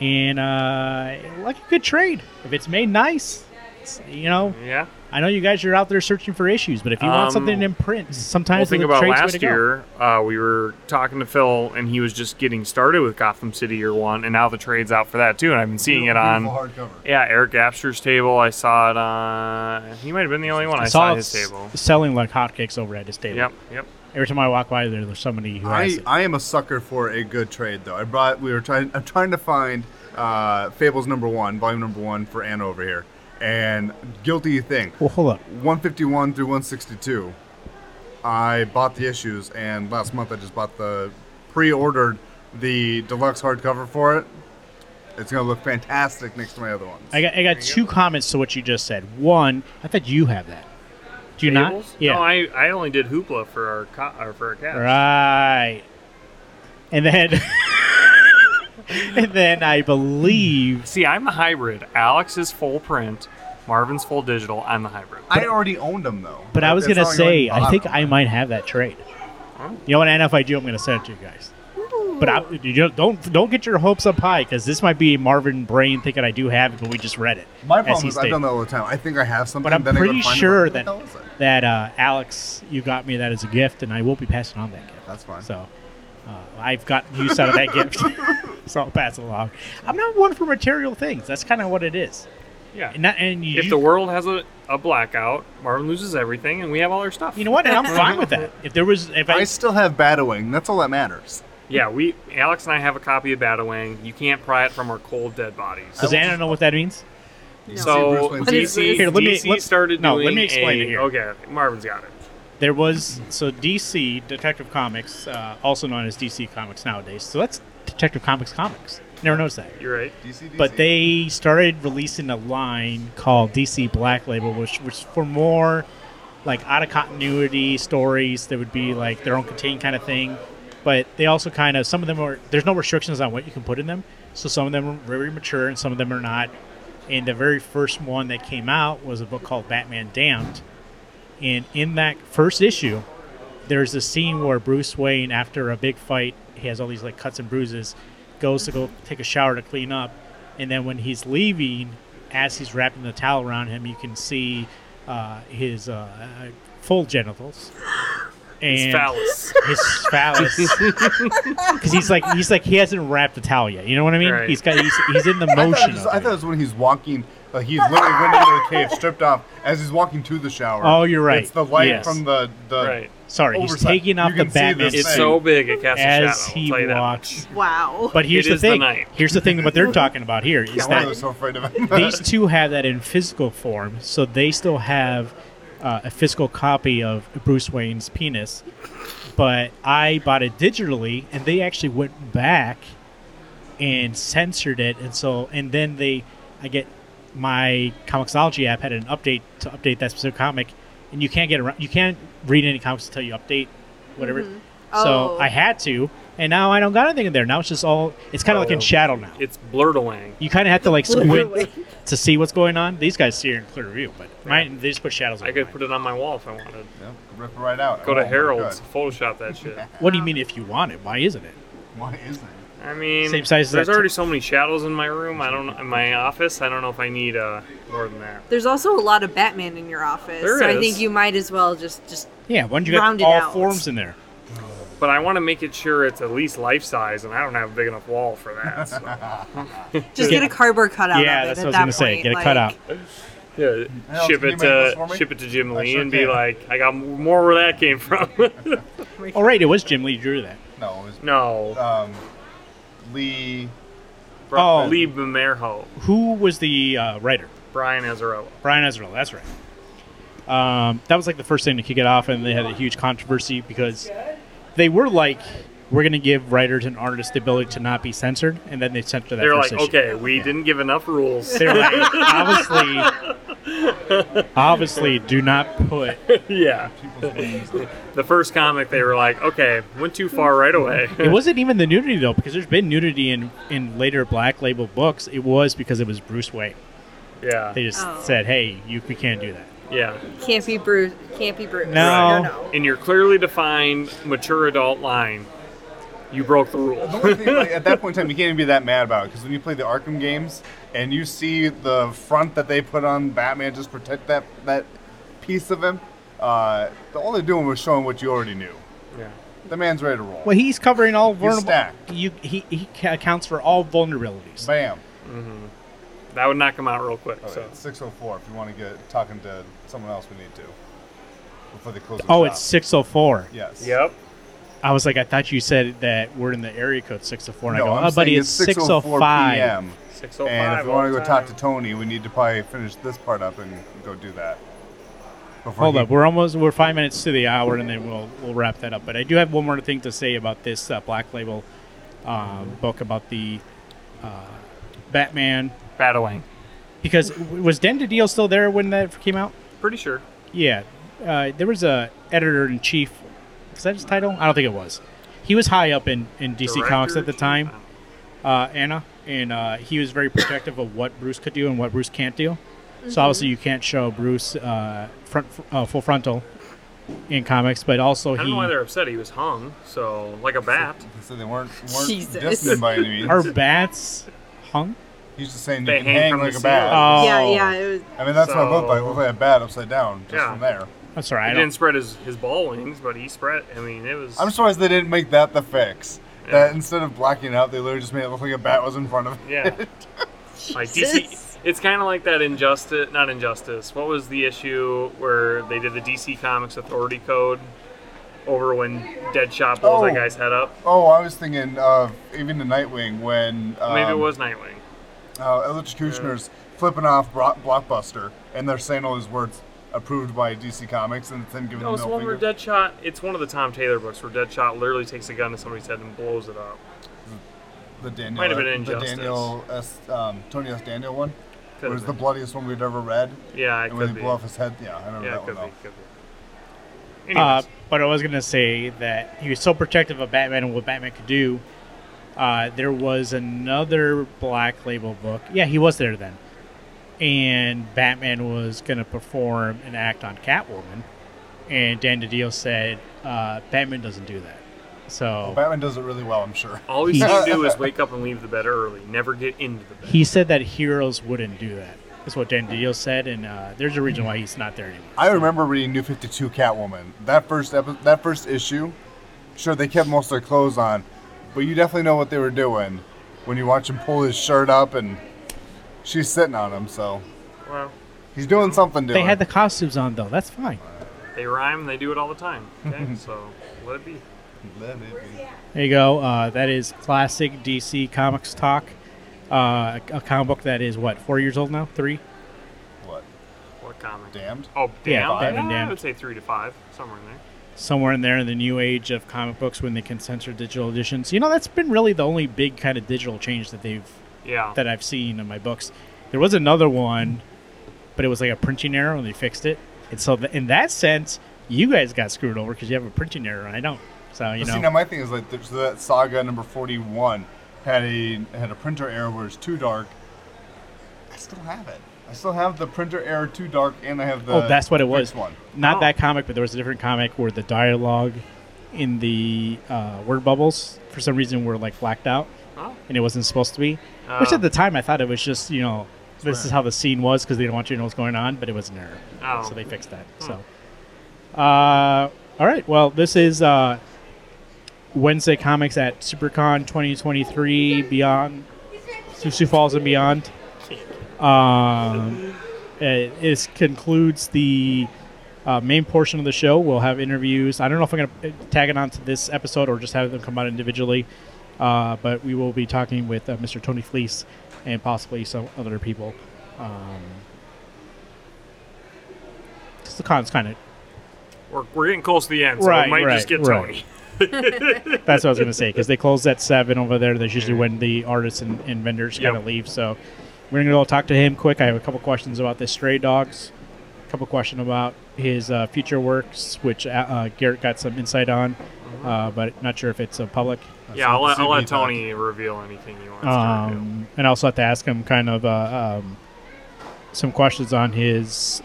S1: and uh, like a good trade if it's made nice. It's, you know,
S3: Yeah.
S1: I know you guys are out there searching for issues, but if you want
S3: Um,
S1: something in print,
S3: Well,
S1: sometimes
S3: think
S1: the
S3: about
S1: trade's way
S3: last
S1: to go.
S3: year. Uh, we were talking to Phil, and he was just getting started with Gotham City Year One, and now the trade's out for that too. And I've been seeing it on.
S2: Beautiful hardcover.
S3: Yeah, Eric Abster's table. I saw it on. He might have been the only one. I, saw,
S1: saw
S3: his
S1: it s-
S3: table.
S1: selling like hotcakes over at his table.
S3: Yep. Yep.
S1: Every time I walk by there, there's somebody who has
S2: I,
S1: it.
S2: I am a sucker for a good trade though. I brought we were trying I'm trying to find uh, Fables number one, volume number one for Anna over here. And guilty thing.
S1: Well, hold up.
S2: 151 through 162. I bought the issues, and last month I just bought the pre-ordered the deluxe hardcover for it. It's gonna look fantastic next to my other ones.
S1: I got I got two comments to what you just said. One, I thought you have that. Do you
S3: Tables?
S1: not? Yeah.
S3: No, I, I only did Hoopla for our co- or for our cat.
S1: right. And then, and then I believe
S3: See, I'm the hybrid. Alex is full print. Marvin's full digital. I'm the hybrid.
S2: I already owned them though.
S1: But I was
S2: It's
S1: gonna
S2: not like
S1: say,
S2: bought
S1: I think
S2: them.
S1: I might have that trade. You know what? And if I do, I'm gonna send it to you guys. But I, you don't- don't don't get your hopes up high because this might be a Marvin brain thinking I do have it, but we just read it.
S2: My
S1: as
S2: problem
S1: he
S2: is I've
S1: stated.
S2: done that all the time. I think I have something,
S1: But I'm
S2: then I go to
S1: pretty
S2: find it,
S1: sure
S2: what the
S1: that
S2: hell is it?
S1: that uh, Alex, you got me that as a gift, and I will be passing on that gift.
S2: That's fine.
S1: So uh, I've got use out of that gift, so I'll pass it along. I'm not one for material things. That's kind of what it is.
S3: Yeah.
S1: And, that, and you,
S3: If the world has a, a blackout, Marvin loses everything, and we have all our stuff.
S1: you know what? And I'm fine with that. If there was, if I,
S2: I still have Batwing. That's all that matters.
S3: Yeah, we Alex and I have a copy of Battlewing. You can't pry it from our cold dead bodies.
S1: does Anna know what that means?
S3: So
S2: Bruce Wayne's-
S3: DC,
S1: Here, let me-
S3: DC
S1: let-
S3: started
S1: no,
S3: doing.
S1: let me explain
S3: a-
S1: it here.
S3: Okay, Marvin's got it.
S1: there was so DC Detective Comics, uh, also known as DC Comics nowadays. So that's Detective Comics comics. Never noticed that.
S3: You're right.
S2: DC,
S1: But they started releasing a line called DC Black Label, which was for more like out of continuity stories that would be like their own contained kind of thing. But they also kind of some of them are there's no restrictions on what you can put in them. So some of them are very mature and some of them are not. And the very first one that came out was a book called Batman Damned. And in that first issue, there's a scene where Bruce Wayne, after a big fight, he has all these like cuts and bruises, goes to go take a shower to clean up, and then when he's leaving, as he's wrapping the towel around him, you can see uh, his uh, full genitals and
S3: It's phallus.
S1: his phallus, because he's like he's like he hasn't wrapped the towel yet. You know what I mean?
S3: Right.
S1: He's got he's, he's in the
S2: I thought, it
S1: motion.
S2: was,
S1: of
S2: I
S1: it.
S2: thought it was when he's walking. Uh, he's literally went into the cave, stripped off, as he's walking to the shower.
S1: Oh, you're right.
S2: It's the light
S1: Yes.
S2: from the the.
S3: Right.
S1: Sorry, he's
S2: oversight.
S1: taking off
S2: You
S1: the
S2: can see
S1: Batman
S2: this
S3: It's
S2: Same.
S1: suit
S3: so big it casts
S1: as
S3: a shadow.
S1: he
S3: I'll tell you that
S1: walks.
S4: Wow.
S1: But here's
S3: It
S1: the
S3: is the
S1: thing.
S3: night.
S1: here's the thing. What they're talking about here is
S2: Yeah, one of
S1: that
S2: those so afraid of him.
S1: these two have that in physical form, so they still have uh, a physical copy of Bruce Wayne's penis. But I bought it digitally, and they actually went back and censored it, and so and then they, I get my Comixology app had an update to update that specific comic, and you can't get around, you can't read any comics until you update, whatever.
S4: Mhm.
S1: So
S4: Oh.
S1: I had to, And now I don't got anything in there. Now it's just all. It's kind of like in
S3: Oh.
S1: shadow now.
S3: It's blurtling.
S1: You kind of have to like
S4: Literally.
S1: squint to see what's going on. These guys see it in clear view, but mine they just put shadows.
S3: I
S1: on
S3: could
S1: mine.
S3: put it on my wall if I wanted.
S2: Yeah, rip it right out.
S3: Go to
S2: Oh,
S3: Harold's,
S2: good.
S3: Photoshop that shit.
S1: What do you mean if you want it? Why isn't it?
S2: Why isn't it?
S3: I mean,
S1: Same size as
S3: there's
S1: that
S3: already so many shadows in my room. I don't in my office. I don't know if I need uh, more than that.
S4: There's also a lot of Batman in your office,
S3: There
S4: so I
S3: is.
S4: think you might as well just just
S1: Yeah, why don't you got
S4: Round it
S1: all
S4: out.
S1: forms in there?
S3: But I want to make it sure it's at least life size, and I don't have a big enough wall for that. So.
S4: just
S1: Yeah.
S4: get a cardboard cutout.
S1: Yeah,
S4: of it
S1: that's
S4: at
S1: what I was
S4: that
S1: gonna say.
S4: point,
S1: Get it
S4: like,
S1: cut out.
S3: yeah,
S2: Harold,
S3: ship
S2: can
S3: it
S2: you make this
S3: to
S2: for me?
S3: ship it to Jim
S2: I
S3: Lee
S2: sure
S3: and be
S2: can.
S3: like, I got more where that came from.
S1: Oh, right, it was Jim Lee drew that.
S2: No, it was
S3: no,
S2: um, Lee.
S1: Oh.
S3: Lee Bemerho,
S1: Who was the uh, writer?
S3: Brian Azarello.
S1: Brian Ezra. That's right. Um, that was like the first thing to kick it off, and they had a huge controversy because they were like, "We're going to give writers and artists the ability to not be censored," and then they censored that.
S3: They're
S1: first
S3: like,
S1: issue.
S3: okay, we didn't give enough rules.
S1: They're like, obviously, obviously, do not put.
S3: yeah,
S2: People's names.
S3: the first comic they were like, okay, went too far right away.
S1: It wasn't even the nudity though, because there's been nudity in in later Black Label books. It was because it was Bruce Wayne.
S3: yeah,
S1: They just
S4: Oh.
S1: said, "Hey, you we can't do that."
S3: yeah.
S4: Can't be Bruce. Can't be Bruce.
S1: No.
S4: no, no.
S3: in your clearly defined mature adult line, you broke the
S2: The
S3: rule.
S2: only thing, like, at that point in time, you can't even be that mad about it because when you play the Arkham games and you see the front that they put on Batman, just protect that that piece of him. Uh, all they're doing was showing what you already knew.
S3: Yeah.
S2: The man's ready to roll.
S1: Well, he's covering all vulnerable.
S2: stacked.
S1: You, he he ca- accounts for all vulnerabilities.
S2: Bam.
S3: That would knock him out real quick.
S2: Oh,
S3: so.
S2: yeah, it's 604. If you want to get talking to someone else, we need to before they close. The
S1: Oh,
S2: shop.
S1: it's six oh four.
S2: yes.
S3: Yep.
S1: I was like, I thought you said that we're in the area code 604. And
S2: No,
S1: I go,
S2: I'm
S1: oh, buddy,
S2: saying
S1: it's 604
S2: PM.
S3: Six oh five.
S2: And if we want to go talk to Tony, we need to probably finish this part up and go do that. Before
S1: Hold
S2: he-
S1: up, we're almost we're five minutes to the hour, and then we'll we'll wrap that up. But I do have one more thing to say about this uh, Black Label um, book about the uh, Batman
S3: battling.
S1: because w- was Den DiDio still there when that came out?
S3: Pretty sure.
S1: Yeah, uh, there was a editor in chief. Is that his title? I don't think it was. He was high up in in DC Comics at the
S3: Director?
S1: time. uh, Anna, and uh, he was very protective of what Bruce could do and what Bruce can't do. So obviously, you can't show Bruce uh, front uh, full frontal in comics, but also
S3: I don't know why
S1: he
S3: they're upset. He was hung, so like a bat.
S2: So they weren't, weren't
S4: Jesus.
S2: dissing by any means.
S1: are bats hung.
S2: He's just saying you
S3: They
S2: can
S3: hang
S2: hang,
S3: from
S2: like
S3: the
S2: a bat.
S3: ceiling.
S1: Oh,
S4: Yeah, yeah. It was,
S2: I mean, that's what it looked like. It
S3: So-
S2: looked like a bat upside down just
S3: Yeah.
S2: from there.
S1: I'm sorry,
S3: He
S1: I
S3: didn't
S1: don't.
S3: spread his, his ball wings, but he spread. I mean, it was.
S2: I'm surprised they didn't make that the fix.
S3: Yeah.
S2: That instead of blacking out, they literally just made it look like a bat was in front of him.
S3: Yeah. like DC,
S4: Jesus.
S3: it's kind of like that injustice, not injustice. What was the issue where they did the DC Comics Authority Code over when Deadshot blows
S2: Oh.
S3: that guy's head up?
S2: Oh, I was thinking of even the Nightwing when um,
S3: Maybe it was Nightwing.
S2: uh, electrocutioners flipping off bro- Blockbuster, and they're saying all these words approved by DC Comics, and then giving
S3: No,
S2: them
S3: Oh, it's
S2: the
S3: the
S2: middle
S3: one where
S2: finger.
S3: Deadshot. It's one of the Tom Taylor books where Deadshot literally takes a gun to somebody's head and blows it up.
S2: the Daniel,
S3: Might have been
S2: the
S3: Injustice.
S2: Daniel S. Um, Tony S. Daniel one. It
S3: Could
S2: was the
S3: have
S2: bloodiest one we'd ever read.
S3: been. yeah, it
S2: And when they
S3: could be.
S2: blew off his head, yeah, I remember
S3: Yeah,
S2: that
S3: it
S2: one
S3: could be.
S2: though.
S3: Could be.
S1: Uh,
S3: Anyways,
S1: but I was gonna say that he was so protective of Batman and what Batman could do. Uh, there was another Black Label book. Yeah, he was there then, and Batman was gonna perform an act on Catwoman, and Dan DiDio said uh, Batman doesn't do that. So
S2: Batman does it really well, I'm sure.
S3: all he's gonna do is wake up and leave the bed early. Never get into the bed.
S1: he said that heroes wouldn't do that. That's what Dan DiDio said, and uh, there's a reason why he's not there anymore.
S2: I remember reading New 52 Catwoman. That first epi- that first issue, sure they kept most of their clothes on, but you definitely know what they were doing when you watch him pull his shirt up and she's sitting on him. So
S3: Well,
S2: he's doing something to
S1: They
S2: her.
S1: had the costumes on though. That's fine.
S3: they rhyme. They do it all the time. Okay, so let it be.
S2: Let it be.
S1: There you go. Uh, that is classic DC Comics talk. Uh, a comic book that is what four years old now, three.
S2: What?
S3: What comic?
S2: Damned?
S3: Oh,
S1: Yeah,
S3: damn.
S1: Five and
S3: I
S1: Damned.
S3: would say three to five, somewhere in there.
S1: somewhere in there in the new age of comic books when they can censor digital editions. You know, that's been really the only big kind of digital change that they've
S3: Yeah.
S1: that I've seen in my books. There was another one, but it was like a printing error and they fixed it. And so th- in that sense, you guys got screwed over because you have a printing error and I don't. So you
S2: But
S1: know,
S2: See, now my thing is like there's that saga number forty-one had a had a printer error where it's too dark. I still have it. I still have the printer error too dark, and I have the
S1: oh, that's what it was.
S2: fixed Uh, one.
S1: Not
S3: Oh.
S1: that comic, but there was a different comic where the dialogue in the uh, word bubbles for some reason were like blacked out,
S3: Oh.
S1: and it wasn't supposed to be. Which
S3: Oh.
S1: at the time I thought it was just you know this
S2: Right.
S1: is how the scene was because they didn't want you to know what's going on, but it was an error,
S3: Oh.
S1: so they fixed that. So, uh, all right, well this is. Uh, Wednesday comics at SuperCon 2023 beyond Sioux, Sioux Falls and beyond. Um, it, this concludes the uh, main portion of the show. We'll have interviews. I don't know if I'm going to tag it onto this episode or just have them come out individually, uh, but we will be talking with uh, Mr. Tony Fleece and possibly some other people. Um, 'cause the con's kind of
S3: We're, we're getting close to the end, so
S1: Right,
S3: we might
S1: right,
S3: just get
S1: right.
S3: Tony.
S1: That's what I was going to say because they close at seven over there. That's usually when the artists and, and vendors kind of
S3: Yep.
S1: leave. So we're going to go talk to him quick. I have a couple questions about the stray dogs, a couple questions about his uh, future works, which uh, uh, Garrett got some insight on, uh, but not sure if it's uh, public.
S3: Yeah, I'll let,
S2: See
S3: I'll
S2: what
S3: let
S2: he thought.
S3: Tony reveal anything he wants to reveal.
S1: Um, and I also have to ask him kind of uh, um, some questions on his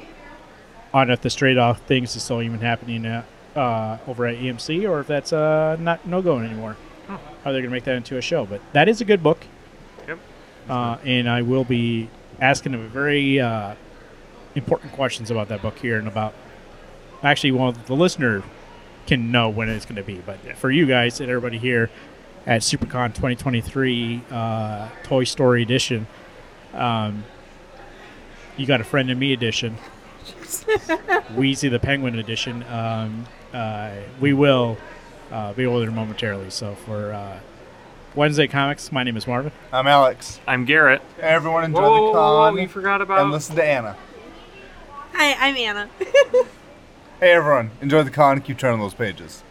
S1: on if the stray dog things is still even happening at, uh, over at EMC or if that's uh, not no going anymore. How they're going to make that into a show, but that is a good book.
S3: Yep.
S1: Uh, and I will be asking him very uh, important questions about that book here and about actually, well, the listener can know when it's going to be, but for you guys and everybody here at SuperCon 2023 uh, Toy Story Edition, um, you got a friend and me edition, Wheezy the Penguin edition. Um, uh, we will uh, be over there momentarily. So for uh, Wednesday Comics, my name is Marvin.
S2: I'm Alex.
S3: I'm Garrett.
S2: Everyone enjoy
S3: Whoa, whoa,
S2: the
S3: whoa,
S2: con
S3: whoa, we forgot about.
S2: and listen to Anna.
S4: Hi, I'm Anna.
S2: Hey everyone, enjoy the con. Keep turning those pages.